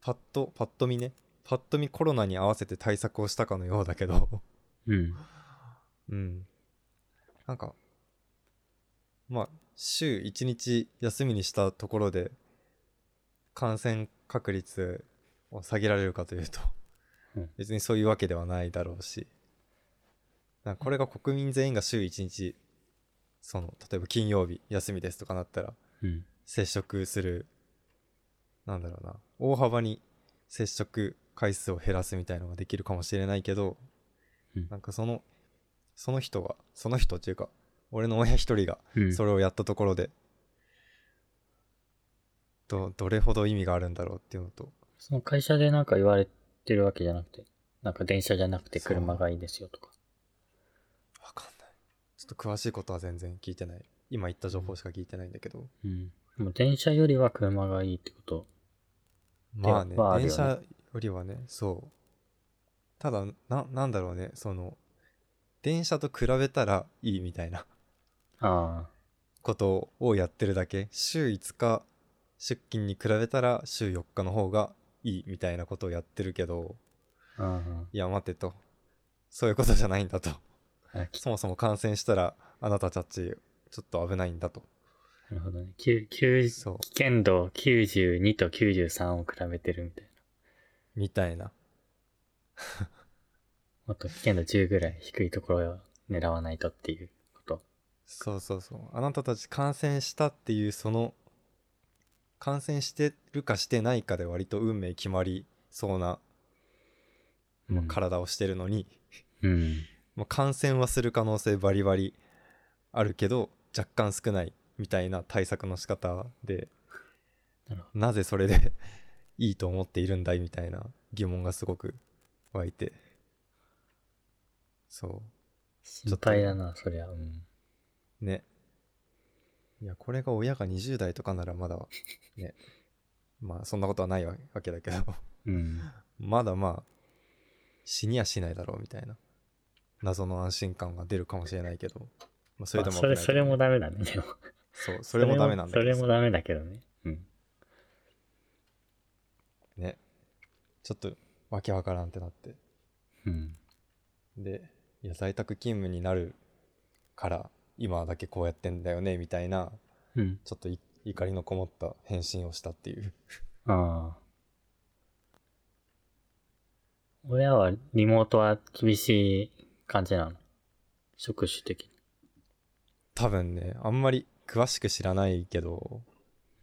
パッとパッと見ねパッと見コロナに合わせて対策をしたかのようだけどうん。うんなんかまあ週1日休みにしたところで感染確率を下げられるかというとうん別にそういうわけではないだろうしなんかこれが国民全員が週1日その例えば金曜日休みですとかなったらうん。接触するなんだろうな大幅に接触回数を減らすみたいのができるかもしれないけど、うんなんかそのその人がその人っていうか俺の親一人がうん。それをやったところで、どどれほど意味があるんだろうっていうのとその会社でなんか言われてるわけじゃなくて、なんか電車じゃなくて車がいいですよとか。わかんないちょっと詳しいことは全然聞いてない今言った情報しか聞いてないんだけどうん。でも電車よりは車がいいってこと。まあねまああるよ電ね車よりはねそうただななんだろうねその電車と比べたらいいみたいな ああ。ことをやってるだけ週5日出勤に比べたら週4日の方がいいみたいなことをやってるけどうんいや待てとそういうことじゃないんだとうん。あきそもそも感染したらあなたたちちょっと危ないんだとなるほどね。きゅきそう危険度92と93を比べてるみたいな。みたいなもっと危険度10ぐらい低いところを狙わないとっていうこと。そうそうそうあなたたち感染したっていうその感染してるかしてないかで割と運命決まりそうなうん体をしてるのに、うん。まあ感染はする可能性バリバリあるけど若干少ないみたいな対策の仕方でなるほなぜそれでいいと思っているんだいみたいな疑問がすごく湧いてそう心配だな、そりゃ。うん。ね。いや、これが親が20代とかなら まだ、ね。まあ、そんなことはないわわけだけど、 うん。まだまあ、死にはしないだろうみたいな、謎の安心感が出るかもしれないけど、まあ、それでも危あそないけれ、どね、それもダメだね、でも。そう、それもダメなんだそけれどもさそれもダメだけどね。うん。ね。ちょっとわけわからんってなってうん。でいや在宅勤務になるから今だけこうやってんだよねみたいなうん。ちょっとい怒りのこもった返信をしたっていうああ。親はリモートは厳しい感じなの職種的多分ねあんまり詳しく知らないけど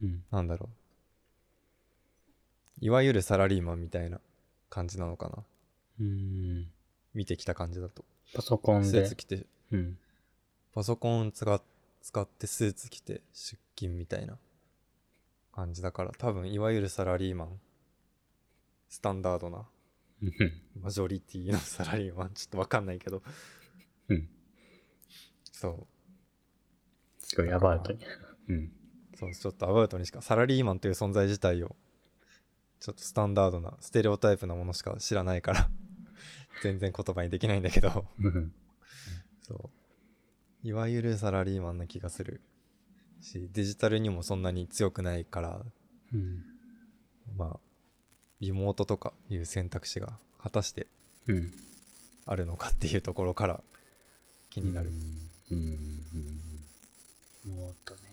に。なんだろういわゆるサラリーマンみたいな感じなのかなうん。うん。見てきた感じだとパソコンスーでツ。着てうん。パソコン使っ使ってスーツ着て出勤みたいな感じだから多分いわゆるサラリーマンスタンダードなうんマジョリティのサラリーマンちょっとわかんないけどうん。そすごい、アバウトに。うん。うそうちょっとアバウトにしかサラリーマンという存在自体をちょっとスタンダードなステレオタイプなものしか知らないから 全然言葉にできないんだけどうんそういわゆるサラリーマンな気がするしデジタルにもそんなに強くないからうん。まあ、リモートとかいう選択肢が果たしてうん。あるのかっていうところから気になる。うん。うん。うんもっとね。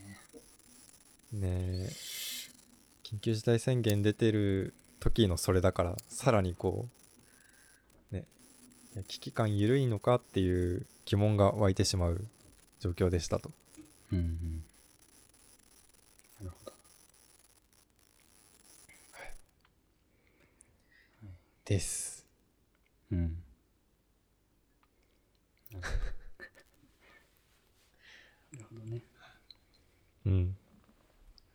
ねえ緊急事態宣言出てる時のそれだから、さらにこう、ね、いや危機感緩いのかっていう疑問が湧いてしまう状況でしたと。うんうん。なるほど。です。 うん。なるほどね。うん。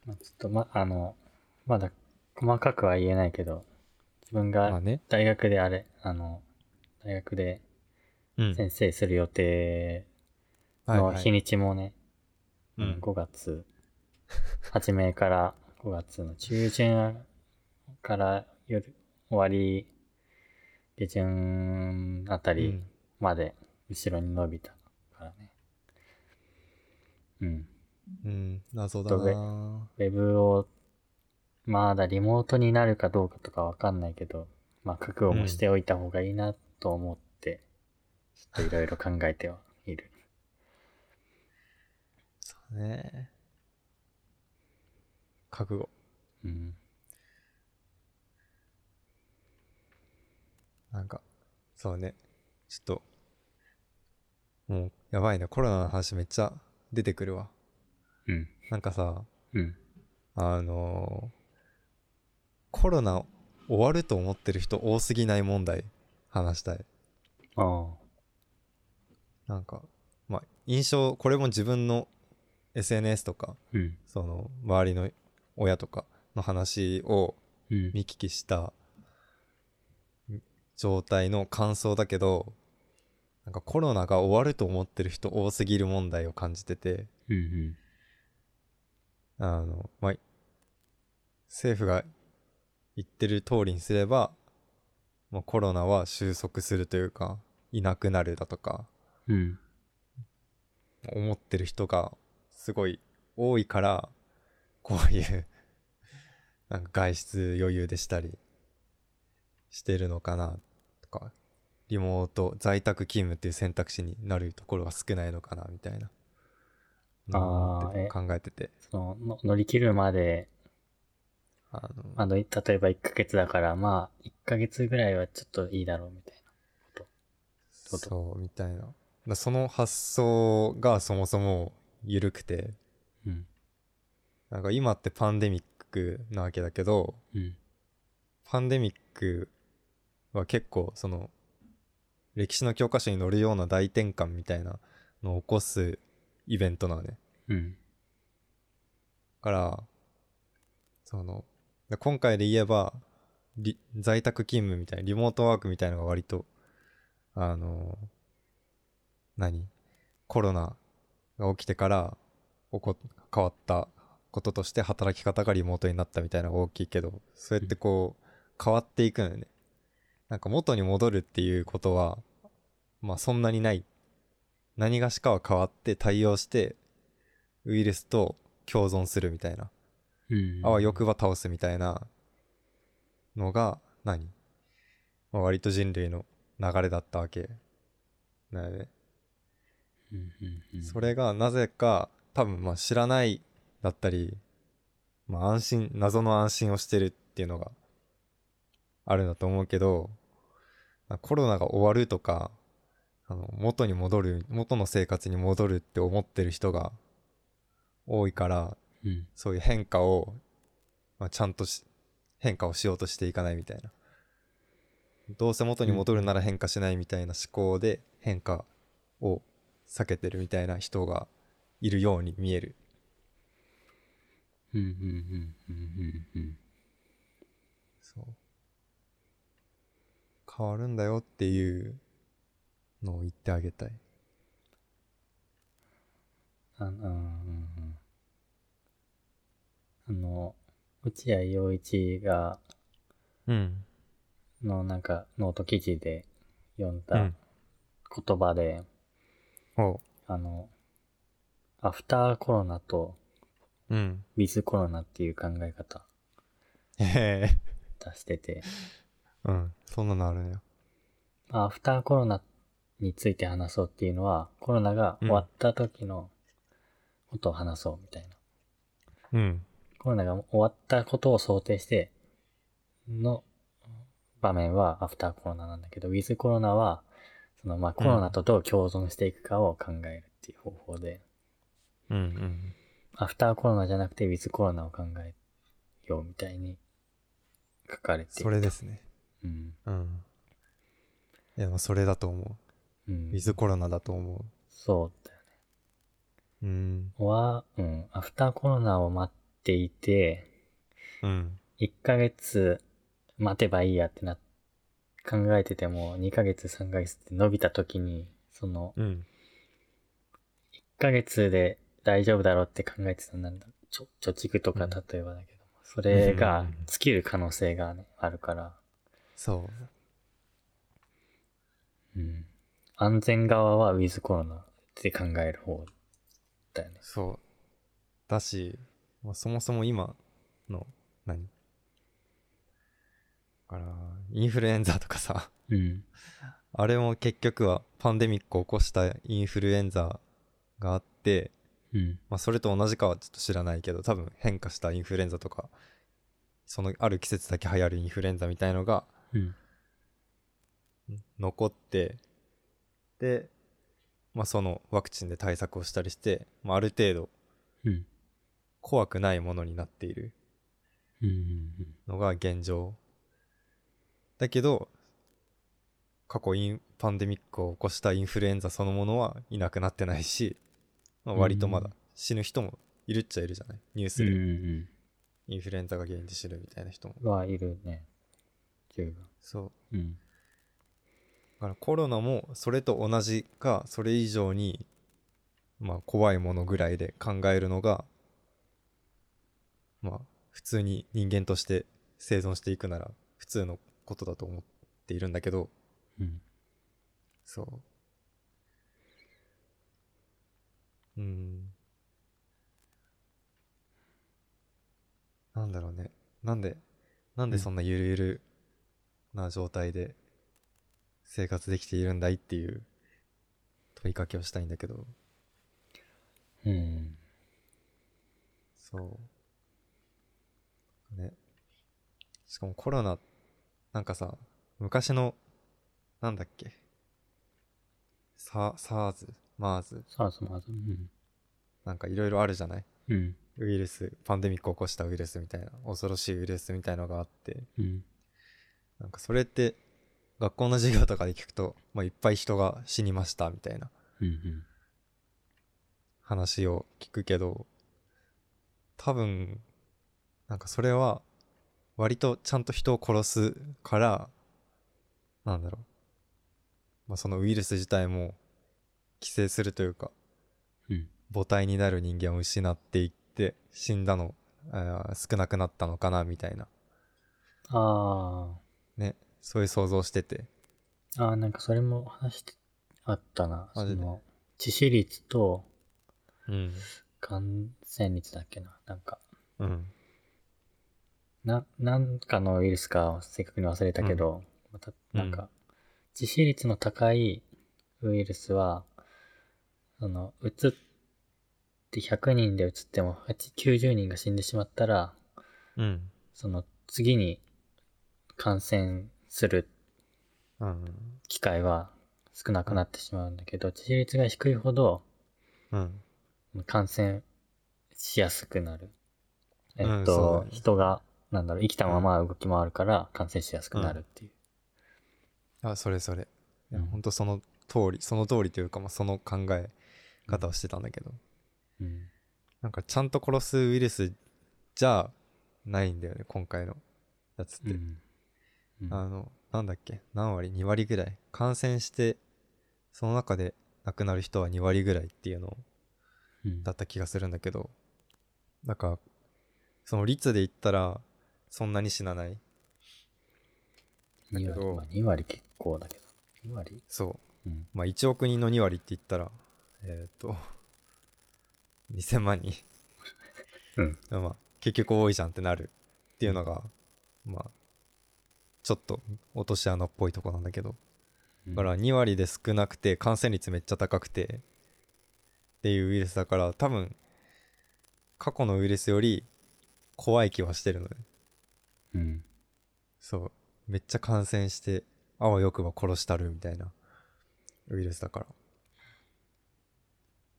まあ、ちょっとま、あの、まだ細かくは言えないけど、自分まあがね。大学であれ、あの、大学でうん。先生する予定はいのはい日にちもね、うんうん5月初めから5月の中旬から夜終わり下旬あたうりんまで後ろに伸びたからね。うん。うん。謎だなウェブを、まだリモートになるかどうかとかわかんないけど、まあ覚悟もしておいた方がいいなと思って、ちょっといろいろ考えてはいる。そうね覚悟。うん。なんか、そうね。ちょっと、もう、やばいな。コロナの話めっちゃ出てくるわ。うん。なんかさ、うん。あのーコロナ終わると思ってる人多すぎない問題、話したい。ああ。なんか、まあ、印象、これも自分の SNS とか、うん。その、周りの親とかの話をうん。見聞きした状態の感想だけどなんかコロナが終わると思ってる人多すぎる問題を感じててうん。うん。あの、まあ、政府が言ってる通りにすれば、まあ、コロナは収束するというかいなくなるだとかうん。思ってる人がすごい多いからこういう なんか外出余裕でしたりしてるのかなとかリモート在宅勤務っていう選択肢になるところが少ないのかなみたいなあーうんえ考えててそのの、乗り切るまで、あの、あの、例えば1ヶ月だから、まあ、1ヶ月ぐらいはちょっといいだろうみたいことそうみたいなだその発想がそもそも緩くてな。うん。なんか今ってパンデミックなわけだけどうん。パンデミックは結構その歴史の教科書に載るような大転換みたいなのを起こすイベントなのね。うん。だから、その、で今回で言えば、リ在宅勤務みたいな、リモートワークみたいなのが割と、あの、何コロナが起きてから起こ変わったこととして働き方がリモートになったみたいなのが大きいけど、そうやってこう、変わっていくのよね。なんか元に戻るっていうことは、まあそんなにない。何がしかは変わって対応して、ウイルスと共存するみたいな。うん。あわよくば倒すみたいなのが何まあ、割と人類の流れだったわけなのでうんうんうんそれがなぜか多分まあ知らないだったり、まあ、安心謎の安心をしてるっていうのがあるんだと思うけどまあコロナが終わるとかあの元に戻る元の生活に戻るって思ってる人が多いからうんそういう変化を、まあ、ちゃんとし変化をしようとしていかないみたいなどうせ元に戻るなら変化しないみたいな思考で変化を避けてるみたいな人がいるように見えるうんうんうんうんうんうんそう変わるんだよっていうのを言ってあげたいあうんうんうんあの落合陽一がうんのなんかノート記事で読んうだん言葉で、おうあのアフターコロナとうんウィズコロナっていう考え方へえ出してて うんそんなのあるねまあアフターコロナについて話そうっていうのは、コロナが終わった時のことを話そうみたいな。うんコロナが終わったことを想定しての場面はアフターコロナなんだけど、ウィズコロナは、そのまあコロナとどう共存していくかを考えるっていう方法で、うんうんアフターコロナじゃなくてウィズコロナを考えようみたいに書かれていたそれですねうん。うんいやでもそれだと思ううんウィ。ズコロナだと思そうだよね。う。うん。は、うん。アフターコロナを待っていて、うん。 1ヶ月待てばいいやってな、考えてても2ヶ月3ヶ月って伸びた時に、そのうん。 1ヶ月で大丈夫だろうって考えてたなんだ、ちょ、貯蓄とかうん例えばだけども、それうんがうんうん尽きる可能性がね、あるから、そう。うん。安全側はウィズコロナって考える方だよね。そう。だし、まあ、そもそも今の、何だから、インフルエンザとかさ、 うん。あれも結局はパンデミックを起こしたインフルエンザがあって、うん。まあ、それと同じかはちょっと知らないけど、多分変化したインフルエンザとか、そのある季節だけ流行るインフルエンザみたいのが、うん。残ってで、まあ、そのワクチンで対策をしたりして、まあ、ある程度うん。怖くないものになっているうん。うん。のが現状だけど過去インパンデミックを起こしたインフルエンザそのものはいなくなってないし、まあ、割とまだうん死ぬ人もいるっちゃいるじゃないニューうスんでうんインフルエンザが原因で死ぬみたいな人もうん。はいるね。十分。そううん。だからコロナもそれと同じかそれ以上に、まあ、怖いものぐらいで考えるのが、まあ、普通に人間として生存していくなら普通のことだと思っているんだけどうん。そううんなんだろうねなんでなんでそんなゆるゆるな状態で生活できているんだいっていう問いかけをしたいんだけどうん。そうねしかもコロナなんかさ昔のなんだっけサ SARS、MERS さあ、その後。うん。なんかいろいろあるじゃないうん。ウイルスパンデミックを起こしたウイルスみたいな恐ろしいウイルスみたいのがあってうん。なんかそれって学校の授業とかで聞くと、まあ、いっぱい人が死にましたみたいなうん。話を聞くけど多分なんかそれは割とちゃんと人を殺すからなんだろう、まあ、そのウイルス自体も寄生するというかうん。母体になる人間を失っていって死んだのあー少なくなったのかなみたいなあねそういう想像しててあ。ああ、なんかそれも話してあったな。そマジでの、致死率とうん感染率だっけな。なんか、うんな、なんかのウイルスか正確に忘れたけど、また、うんなんか、致死率の高いウイルスは、その、うつって100人でうつっても、8 90人が死んでしまったら、うん。その、次に感染するうん。機会は少なくなってしまうんだけど、致死率が低いほど、うん。感染しやすくなる。えうんそうっと、だね人が、なんだろう、生きたまま動き回るから感染しやすくなるっていう。あ、それそれ。いや、うんほんとその通り、その通りというか、まあ、その考え方をしてたんだけど、うん。なんかちゃんと殺すウイルスじゃないんだよね、今回のやつっうて。ん。うんあの、なんだっけ、何割 ?2 割ぐらい。感染して、その中で亡くなる人は2割ぐらいっていうのをうんだった気がするんだけどなんかその率で言ったらそんなに死なないだけ2割、どまあ、2割結構だけど。2割そうん。うまあ1億人の2割って言ったらえっ、と2000万人うん。まあ結局多いじゃんってなるっていうのがまあちょっと落とし穴っぽいとこなんだけどだから2割で少なくて感染率めっちゃ高くてっていうウイルスだから多分過去のウイルスより怖い気はしてるのねうん。そう。めっちゃ感染して、あわよくば殺したるみたいなウイルスだから。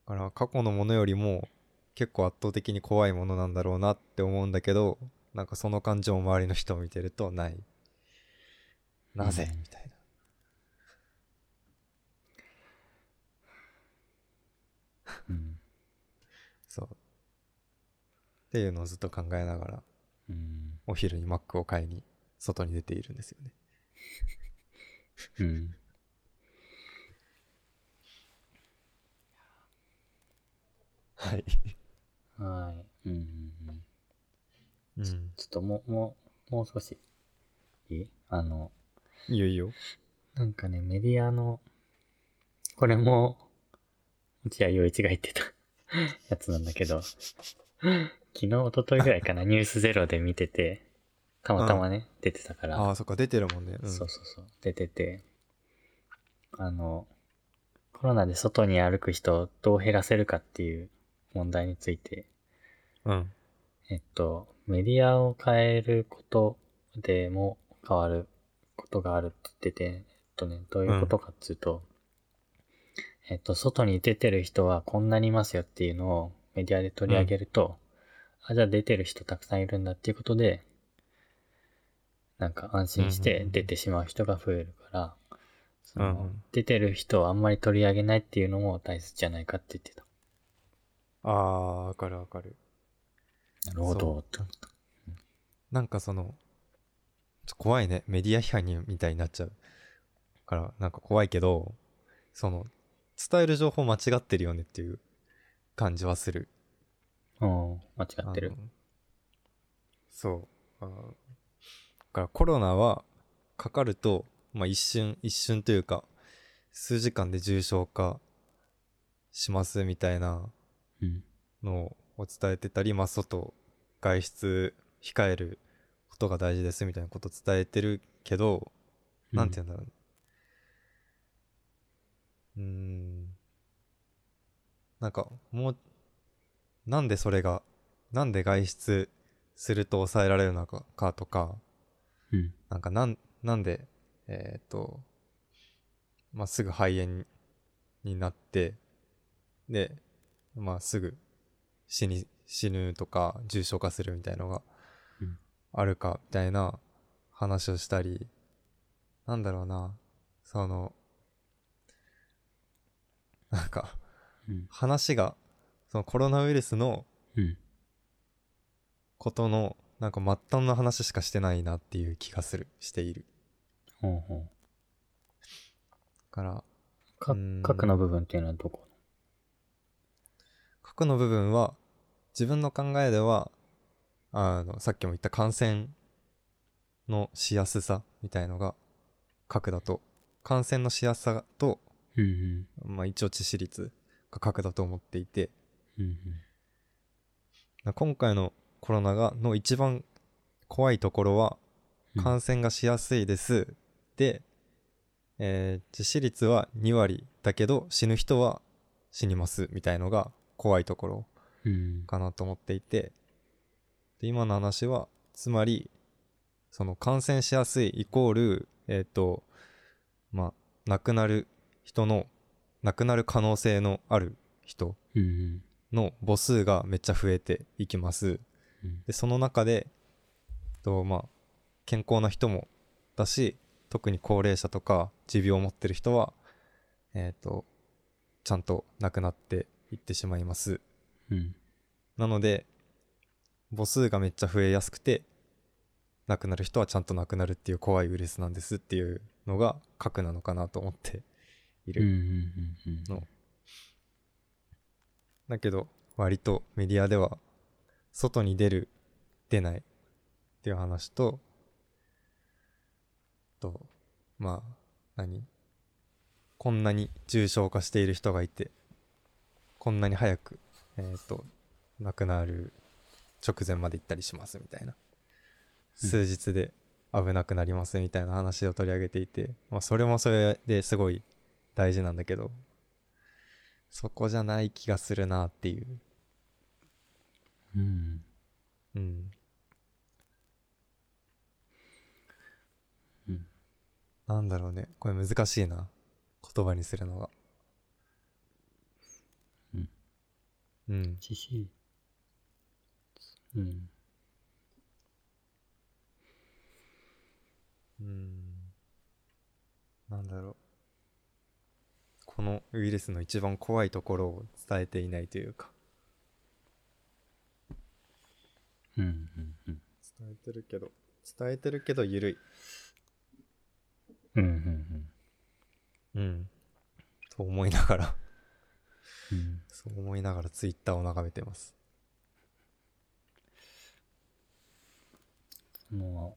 だから過去のものよりも結構圧倒的に怖いものなんだろうなって思うんだけど、なんかその感情を周りの人を見てるとない。なぜうんみたいな。うん。そう。っていうのをずっと考えながら、うん。お昼にマックを買いに外に出ているんですよね。うん。はい。はい。うんうんうん。うん。ちょっともう、もう、もう少し。いいあの、いいよいいよ。なんかね、メディアの、これも、落合陽一が言ってた やつなんだけど、昨日、一昨日ぐらいか な、ニュースゼロで見てて、たまたまね、出てたから、ああ、そっか、出てるもんね。うん。そうそうそう、出てて、あの、コロナで外に歩く人をどう減らせるかっていう問題について、うん。えっと、メディアを変えることでも変わることがあるって言ってて、えっとね、どういうことかっていうと、えっと、外に出てる人はこんなにいますよっていうのをメディアで取り上げると、あ、じゃあ出てる人たくさんいるんだっていうことで、なんか安心うんうしんてうん出てしまう人が増えるから、そうんうのん出てる人をあんまり取り上げないっていうのも大切じゃないかって言ってた。ああ、わかるわかる。なるほど、って思った。なんかその、ちょ怖いね。メディア批判にみたいになっちゃう。から、なんか怖いけど、その、伝える情報間違ってるよねっていう感じはする。うん、間違ってある。のそう。あのだからコロナは、かかると、まあ一瞬、一瞬というか、数時間で重症化しますみたいなうん。のを伝えてたり、まあ、外外出控えることが大事ですみたいなことを伝えてるけど、なんて言うんだろうねうーんなんかもうなんでそれがなんで外出すると抑えられるのかかとかうん。なんかなんなんでえーっと、まあ、すぐ肺炎になってで、まあ、すぐ死に死ぬとか重症化するみたいのがうんあるかみたいな話をしたりなんだろうなそのなんかうん。話がそのコロナウイルスのうん。ことのなんか末端の話しかしてないなっていう気がするしているほうほからう。かうーん、核の部分っていうのはどこ過去の部分は自分の考えではあのさっきも言った感染のしやすさみたいのが核だと感染のしやすさと、うんまあ、一応致死率が核だと思っていてうん。うん今回のコロナがの一番怖いところはうん感染がしやすいです、て、えー致死率は2割だけど死ぬ人は死にますみたいのが怖いところうん。かなと思っていてで今の話はつまりその感染しやすいイコールえっ、とまあ亡くなる人の亡くなる可能性のある人うん。の母数がめっちゃ増えていきますうんでその中で、とまあ、健康な人もだし特に高齢者とか持病を持ってる人は、えー、とちゃんと亡くなっていってしまいますうん。なので母数がめっちゃ増えやすくて亡くなる人はちゃんと亡くなるっていう怖いウイルスなんですっていうのが核なのかなと思っていうん。うる、ん。うん。のだけど割とメディアでは外に出る出ないっていう話ととまあ何こんなに重症化している人がいてこんなに早くえっ、と亡くなる直前まで行ったりしますみたいな数日で危なくなりますみたいな話を取り上げていて、まあ、それもそれですごい大事なんだけどそこじゃない気がするなっていううん。うん。うんなんだろうね。これ難しいな。言葉にするのが。うん。うん。致死率うん。うん。なんだろう。このウイルスの一番怖いところを伝えていないというか。うん。うんうん。伝えてるけど、伝えてるけど緩い。うん。ううん。ん。と思いながら、うん。そう思いながらツイッターを眺めてます。その、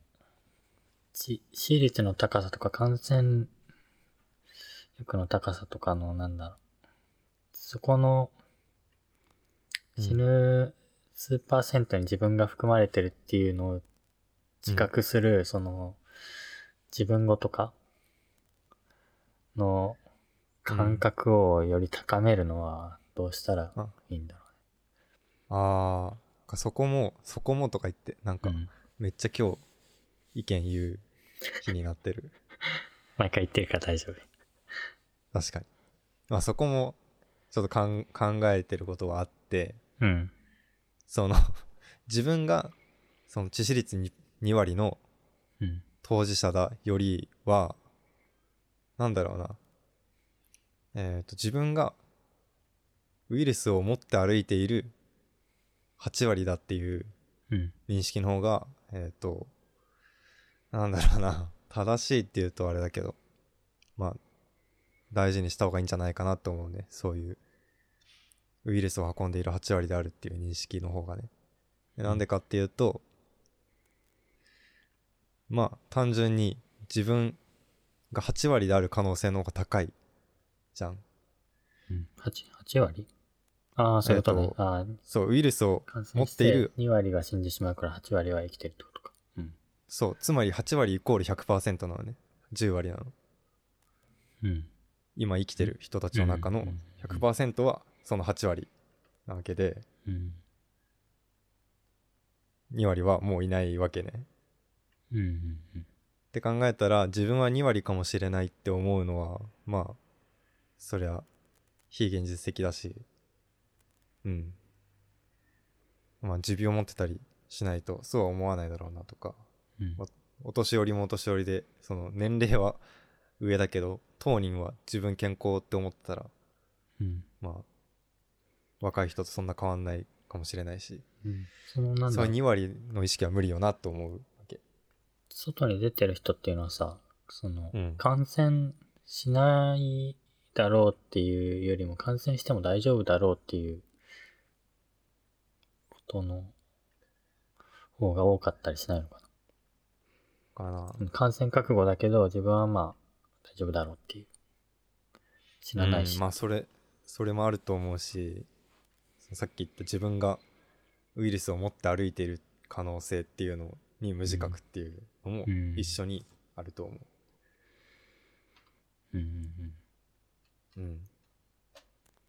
致死率の高さとか感染力の高さとかの、なんだろう。そこの、うん死ぬ数パーセントに自分が含まれてるっていうのを自覚する、その、自分語とかの感覚をより高めるのはどうしたらいいんだろああ、そこも、そこもとか言って、なんうかね、めっちゃ今日意見言う気になってる毎回言ってるから大丈夫。確かにまあそこもちょっとかん考えてることはあってうん。その 自分がその致死率に2割のうん。当事者だよりはなんだろうなえっ、と自分がウイルスを持って歩いている8割だっていううん。認識の方がえっ、となんだろうな正しいっていうとあれだけどまあ大事にした方がいいんじゃないかなと思うねそういうウイルスを運んでいる8割であるっていう認識の方がねでなんでかっていうとまあ単純に自分が8割である可能性の方が高いじゃんうん、8, 8割ああ、そういうことえねっ。とああ、そうウイルスを感染持っしているて2割が死んでしまうから8割は生きてるってことか。うん。そうつまり8割イコール100%なのね10割なのうん。今生きてる人たちの中のうん100%はその8割なわけでうん。 2割はもういないわけね。っうん。うん。うんて考えたら自分は2割かもしれないって思うのはまあそりゃ非現実的だしうんまあ持病持ってたりしないとそうは思わないだろうなとかうんお年寄りもお年寄りでその年齢は上だけど当人は自分健康って思ってたらうん。まあ若い人とそんな変わんないかもしれないしうん。そのなんそのだろう2割の意識は無理よなと思うわけ外に出てる人っていうのはさ、その、うん感染しないだろうっていうよりも感染しても大丈夫だろうっていうことの方が多かったりしないのかかなな。感染覚悟だけど自分はまあ大丈夫だろうっていう。死なないし。うんまあそれそれもあると思うしさっき言った自分がウイルスを持って歩いている可能性っていうのに無自覚っていうのもうん一緒にあると思う、うんうんうん。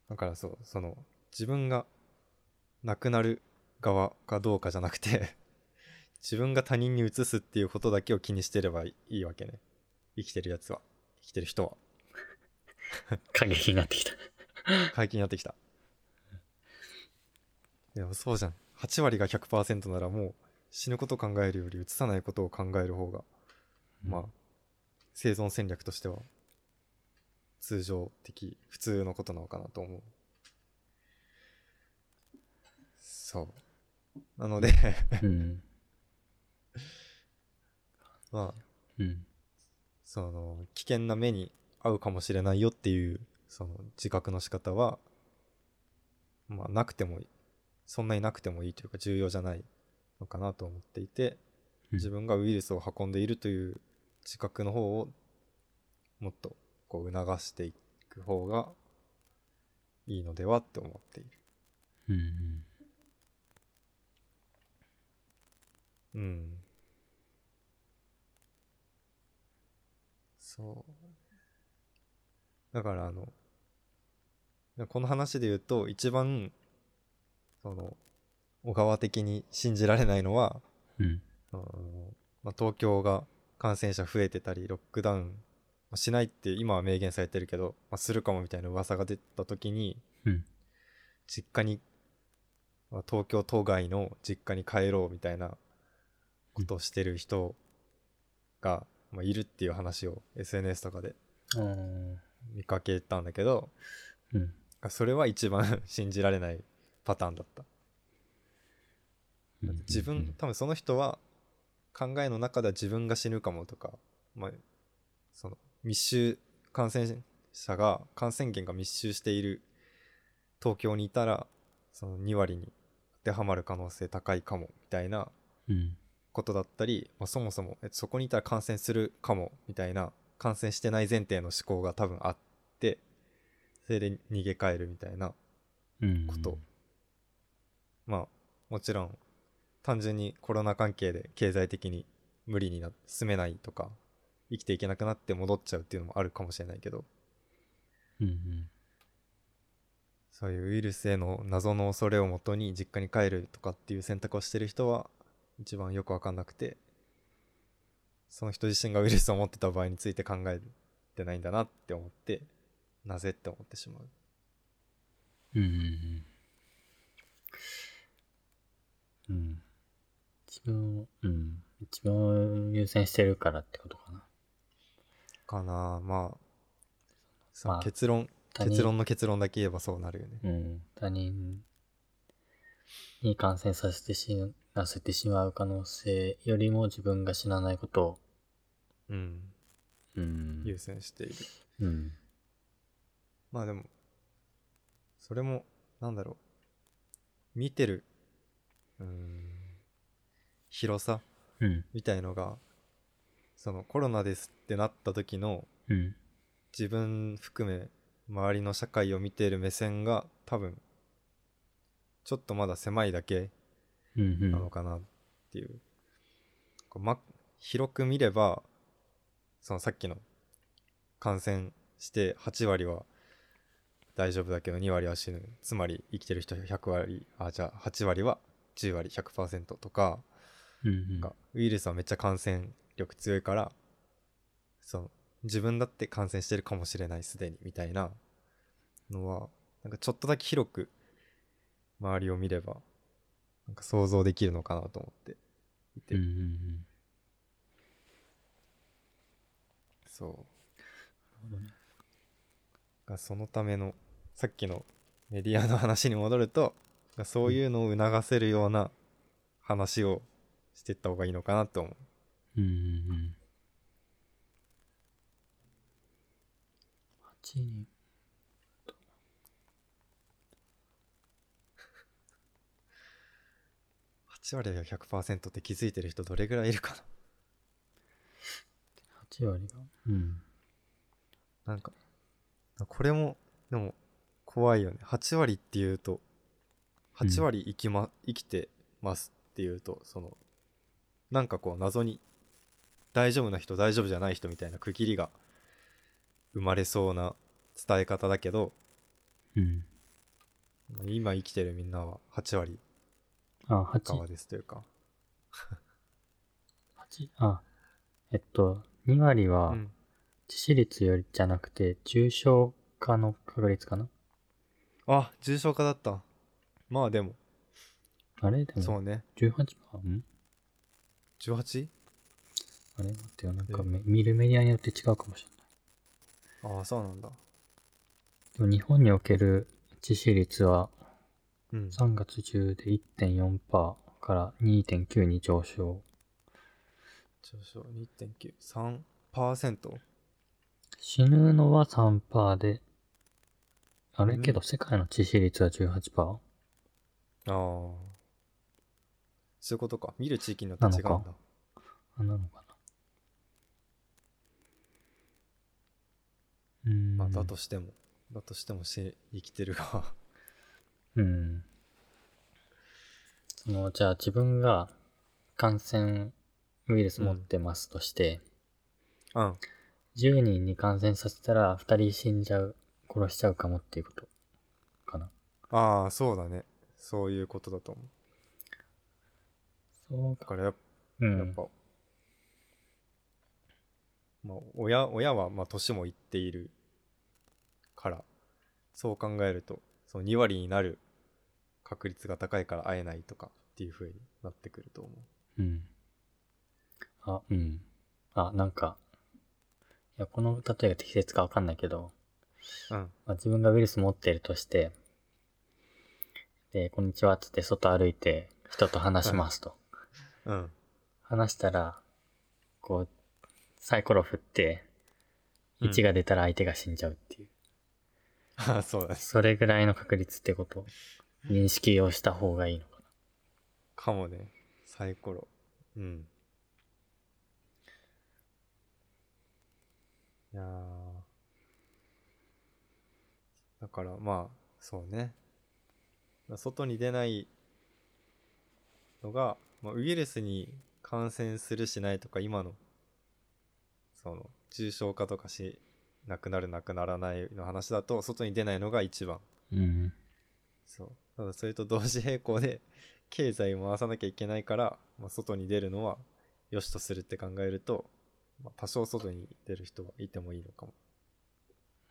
だからそう、その、自分が亡くなる側かどうかじゃなくて、 自分が他人に移すっていうことだけを気にしてればいいわけね。生きてるやつは、生きてる人は、過激に なってきた。解禁になってきた。でもそうじゃん。8割が100%ならもう死ぬこと考えるより移さないことを考える方が、まあ、生存戦略としては通常的普通のことなのかなと思うそうなので うん。まあうん。その危険な目に遭うかもしれないよっていうその自覚の仕方はまあなくてもそんなになくてもいいというか重要じゃないのかなと思っていてうん自分がウイルスを運んでいるという自覚の方をもっとこう促していく方がいいのではって思っている。うんうん。うん。そう。だからあの、この話で言うと、一番、その、小川的に信じられないのは、うん。あのまあ、東京が感染者増えてたり、ロックダウンしないって今は明言されてるけど、まあ、するかもみたいな噂が出た時に、うん実家に、まあ東京都外の実家に帰ろうみたいなことをしてる人が、まあ、いるっていう話を SNS とかであー見かけたんだけど、うん。それは一番 信じられないパターンだった。だって自分、多分その人は考えの中では自分が死ぬかもとか、まあ、その密集感染者が感染源が密集している東京にいたらその2割に当てはまる可能性高いかもみたいなうん。ことだったり、まあ、そもそもえそこにいたら感染するかもみたいな感染してない前提の思考が多分あってそれで逃げ帰るみたいなうん。こと。まあもちろん単純にコロナ関係で経済的に無理にな住めないとか生きていけなくなって戻っちゃうっていうのもあるかもしれないけどうんうん。そういうウイルスへの謎の恐れをもとに実家に帰るとかっていう選択をしてる人は一番よく分かんなくてその人自身がウイルスを持ってた場合について考えてないんだなって思ってなぜって思ってしまう。うんうんうん。うん。一番、うん。一番優先してるからってことかな。かなあまあさまあ結論他人結論の結論だけ言えばそうなるよね。うん。他人に感染させて死なせてしまう可能性よりも自分が死なないことを、うんうん優先している、うん。まあでもそれもなんだろう見てるうーん広さうん。みたいのがそのコロナですってなった時のうん。自分含め周りの社会を見ている目線が多分ちょっとまだ狭いだけうん。うんなのかなっていう、こうま、広く見ればそのさっきの感染して8割は大丈夫だけど2割は死ぬつまり生きてる人100割あじゃあ8割は10割100%とかうんなんかウイルスはめっちゃ感染力強いからその自分だって感染してるかもしれないすでにみたいなのはなんかちょっとだけ広く周りを見ればなんか想像できるのかなと思っていて、うんうんそううん。がそのためのさっきのメディアの話に戻るとがそういうのを促せるような話をしていった方がいいのかなと思ううんうんうん。8人。 8割が100%って気づいてる人どれぐらいいるかな8割が。うん。なん か、これも、でも、怖いよね。8割っていうと、うん8割生きま、生きてますっていうと、その、なんかこう、謎に、大丈夫な人、大丈夫じゃない人みたいな区切りが生まれそうな伝え方だけどうん。今生きてるみんなは8割あ、八側ですというか、八あ、えっと、2割は、うん致死率よりじゃなくて、重症化の確率かなあ重症化だったまあでも、あれでも、そうね 18%? ん 18? あれ待ってよ、なんかえめ見るメディアによって違うかもしれない。ああそうなんだでも日本における致死率は、うん3月中で1.4%から2.9に上昇上昇2.93%死ぬのは3%であれうんけど世界の致死率は18%ああそういうことか見る地域によって違うんなのだあなのかなうーんまあだとしてもだとしてもし生きてるがうんそのじゃあ自分が感染ウイルス持ってますとして、うん10人に感染させたら2人死んじゃう殺しちゃうかもっていうことかなああそうだねそういうことだと思うそだうかからやっうやっんぱ、まあ、親親はまあ年もいっているからそう考えるとその2割になる確率が高いから会えないとかっていう風になってくると思うん。あ、うん。あ、なんか、いや、この例えが適切かわかんないけど、ううんまあ、自分がウイルス持ってるとして、で、こんにちはっつって外歩いて人と話しますと。うん話したら、こう、サイコロ振って、うん1が出たら相手が死んじゃうっていう。ああそうだねそれぐらいの確率ってこと、認識をした方がいいのかかもねサイコロうんいやーだからまあそうね外に出ないのが、まあ、ウイルスに感染するしないとか今のその重症化とかしなくなるなくならないの話だと外に出ないのが一番な。うん。そう。ただそれと同時並行で、経済を回さなきゃいけないから、まあ、外に出るのは良しとするって考えると、まあ、多少外に出る人はいてもいいのかも。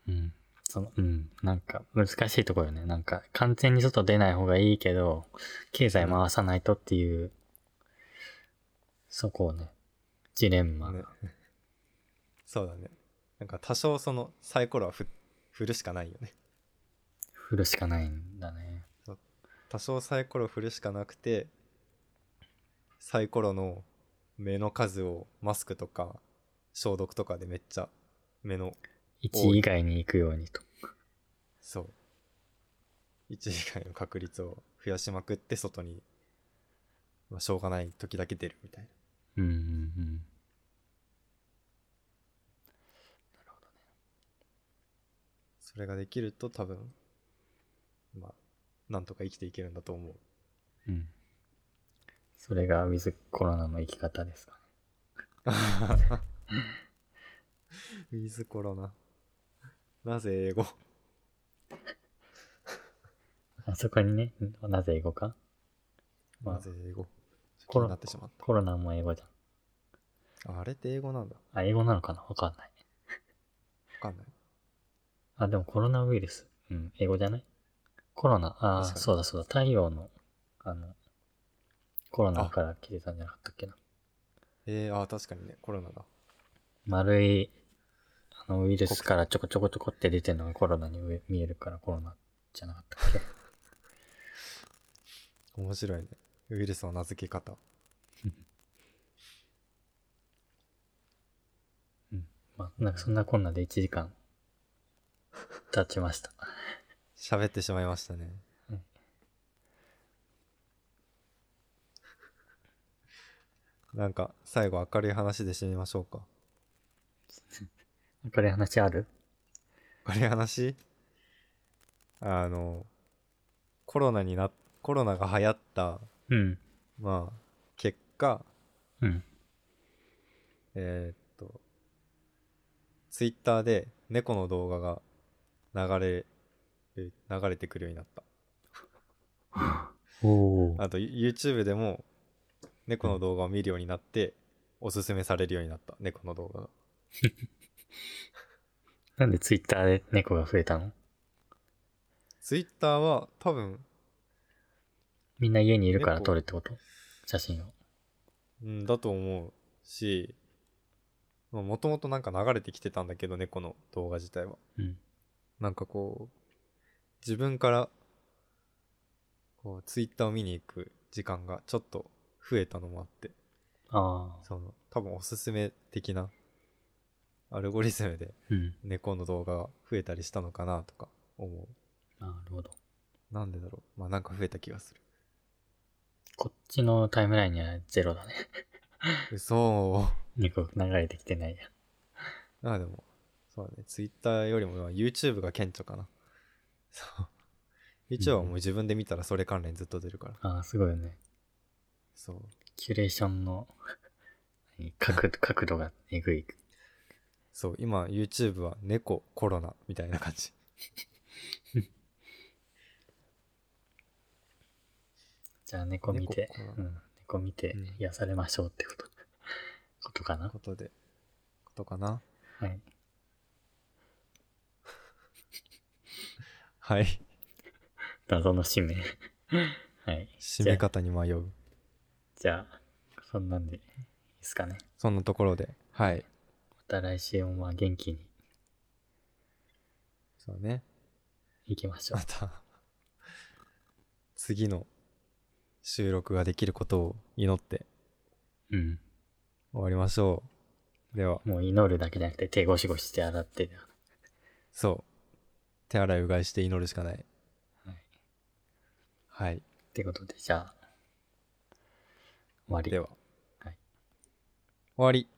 うん。その、うん。なんか、難しいところよね。なんか、完全に外出ない方がいいけど、経済回さないとっていう、そこをね、ジレンマ。ね、 そうだね。なんか多少そのサイコロは振振るしかないよね。振るしかないんだね。多少サイコロ振るしかなくて、サイコロの目の数をマスクとか消毒とかでめっちゃ目の1以外に行くようにと。そう。1以外の確率を増やしまくって外に、まあ、しょうがない時だけ出るみたいな。うんうんうん。それができると多分、まあ、なんとか生きていけるんだと思 う。うん。それがウィズコロナの生き方ですかね。ウィズコロナ。なぜ英語あそこにね、なぜ英語かまあなぜ英語コ気ロになってしまっコロナも英語じゃん。た。あれって英語なんだ。あ、英語なのかなわかんない。わかんない。あ、でもコロナウイルス。うん、英語じゃないコロナ、あ確あ、かにそうだそうだ、太陽の、あの、コロナから来てたんじゃなかったっけな。えー、あー、確かにね、コロナだ。丸い、あの、ウイルスからちょこちょこちょこって出てるのがコロナに見え見えるからコロナじゃなかったっけ面白いね。ウイルスの名付け方。まあ、なんかそんなこんなで1時間経ちました。 喋ってしまいましたね。うんなんか最後明るい話で締めましょうか。これ話ある明るい話あの、コロナにな、コロナが流行った、うん。まあ、結果、うん。えーっと、ツイッターで猫の動画が流れる流れてくるようになったおおあと YouTube でも猫の動画を見るようになっておすすめされるようになった猫の動画がなんでツイッターで猫が増えたのツイッターは多分みんな家にいるから猫撮るってこと写真を。うんだと思うしもともとなんか流れてきてたんだけど猫の動画自体はうん。なんかこう、自分から、こう、ツイッターを見に行く時間がちょっと増えたのもあって、ああ。その、多分おすすめ的な、アルゴリズムでうん。猫の動画が増えたりしたのかなとか思なるほど。う。なんでだろう。まあなんか増えた気がする。こっちのタイムラインにはゼロだね。嘘猫流れてきてないや。まあでも、そうだね。ツイッターよりもまあ YouTube が顕著かな。そう。YouTube はもう自分で見たらそれ関連ずっと出るから。ああ、すごいよね。そう。キュレーションの何 角度、角度がえぐい。そう、今 YouTube は猫、コロナみたいな感じ。じゃあ猫見て猫か、う、なん猫見てうん癒されましょうって こと、ことかな。ことで、ことかな。はい。はい。謎の使命。 はい。締め方に迷う。じゃあ、そんなんでいいですかね。そんなところで、はい。また来週もまあ元気にそうね。行きましょうま。た、次の収録ができることを祈って うん。終わりましょう。では、もう祈るだけじゃなくて手ゴシゴシして洗って。そう。手洗いうがいして祈るしかない。はい。はい。ってことで、じゃあ、終わりで。は。はい終わり。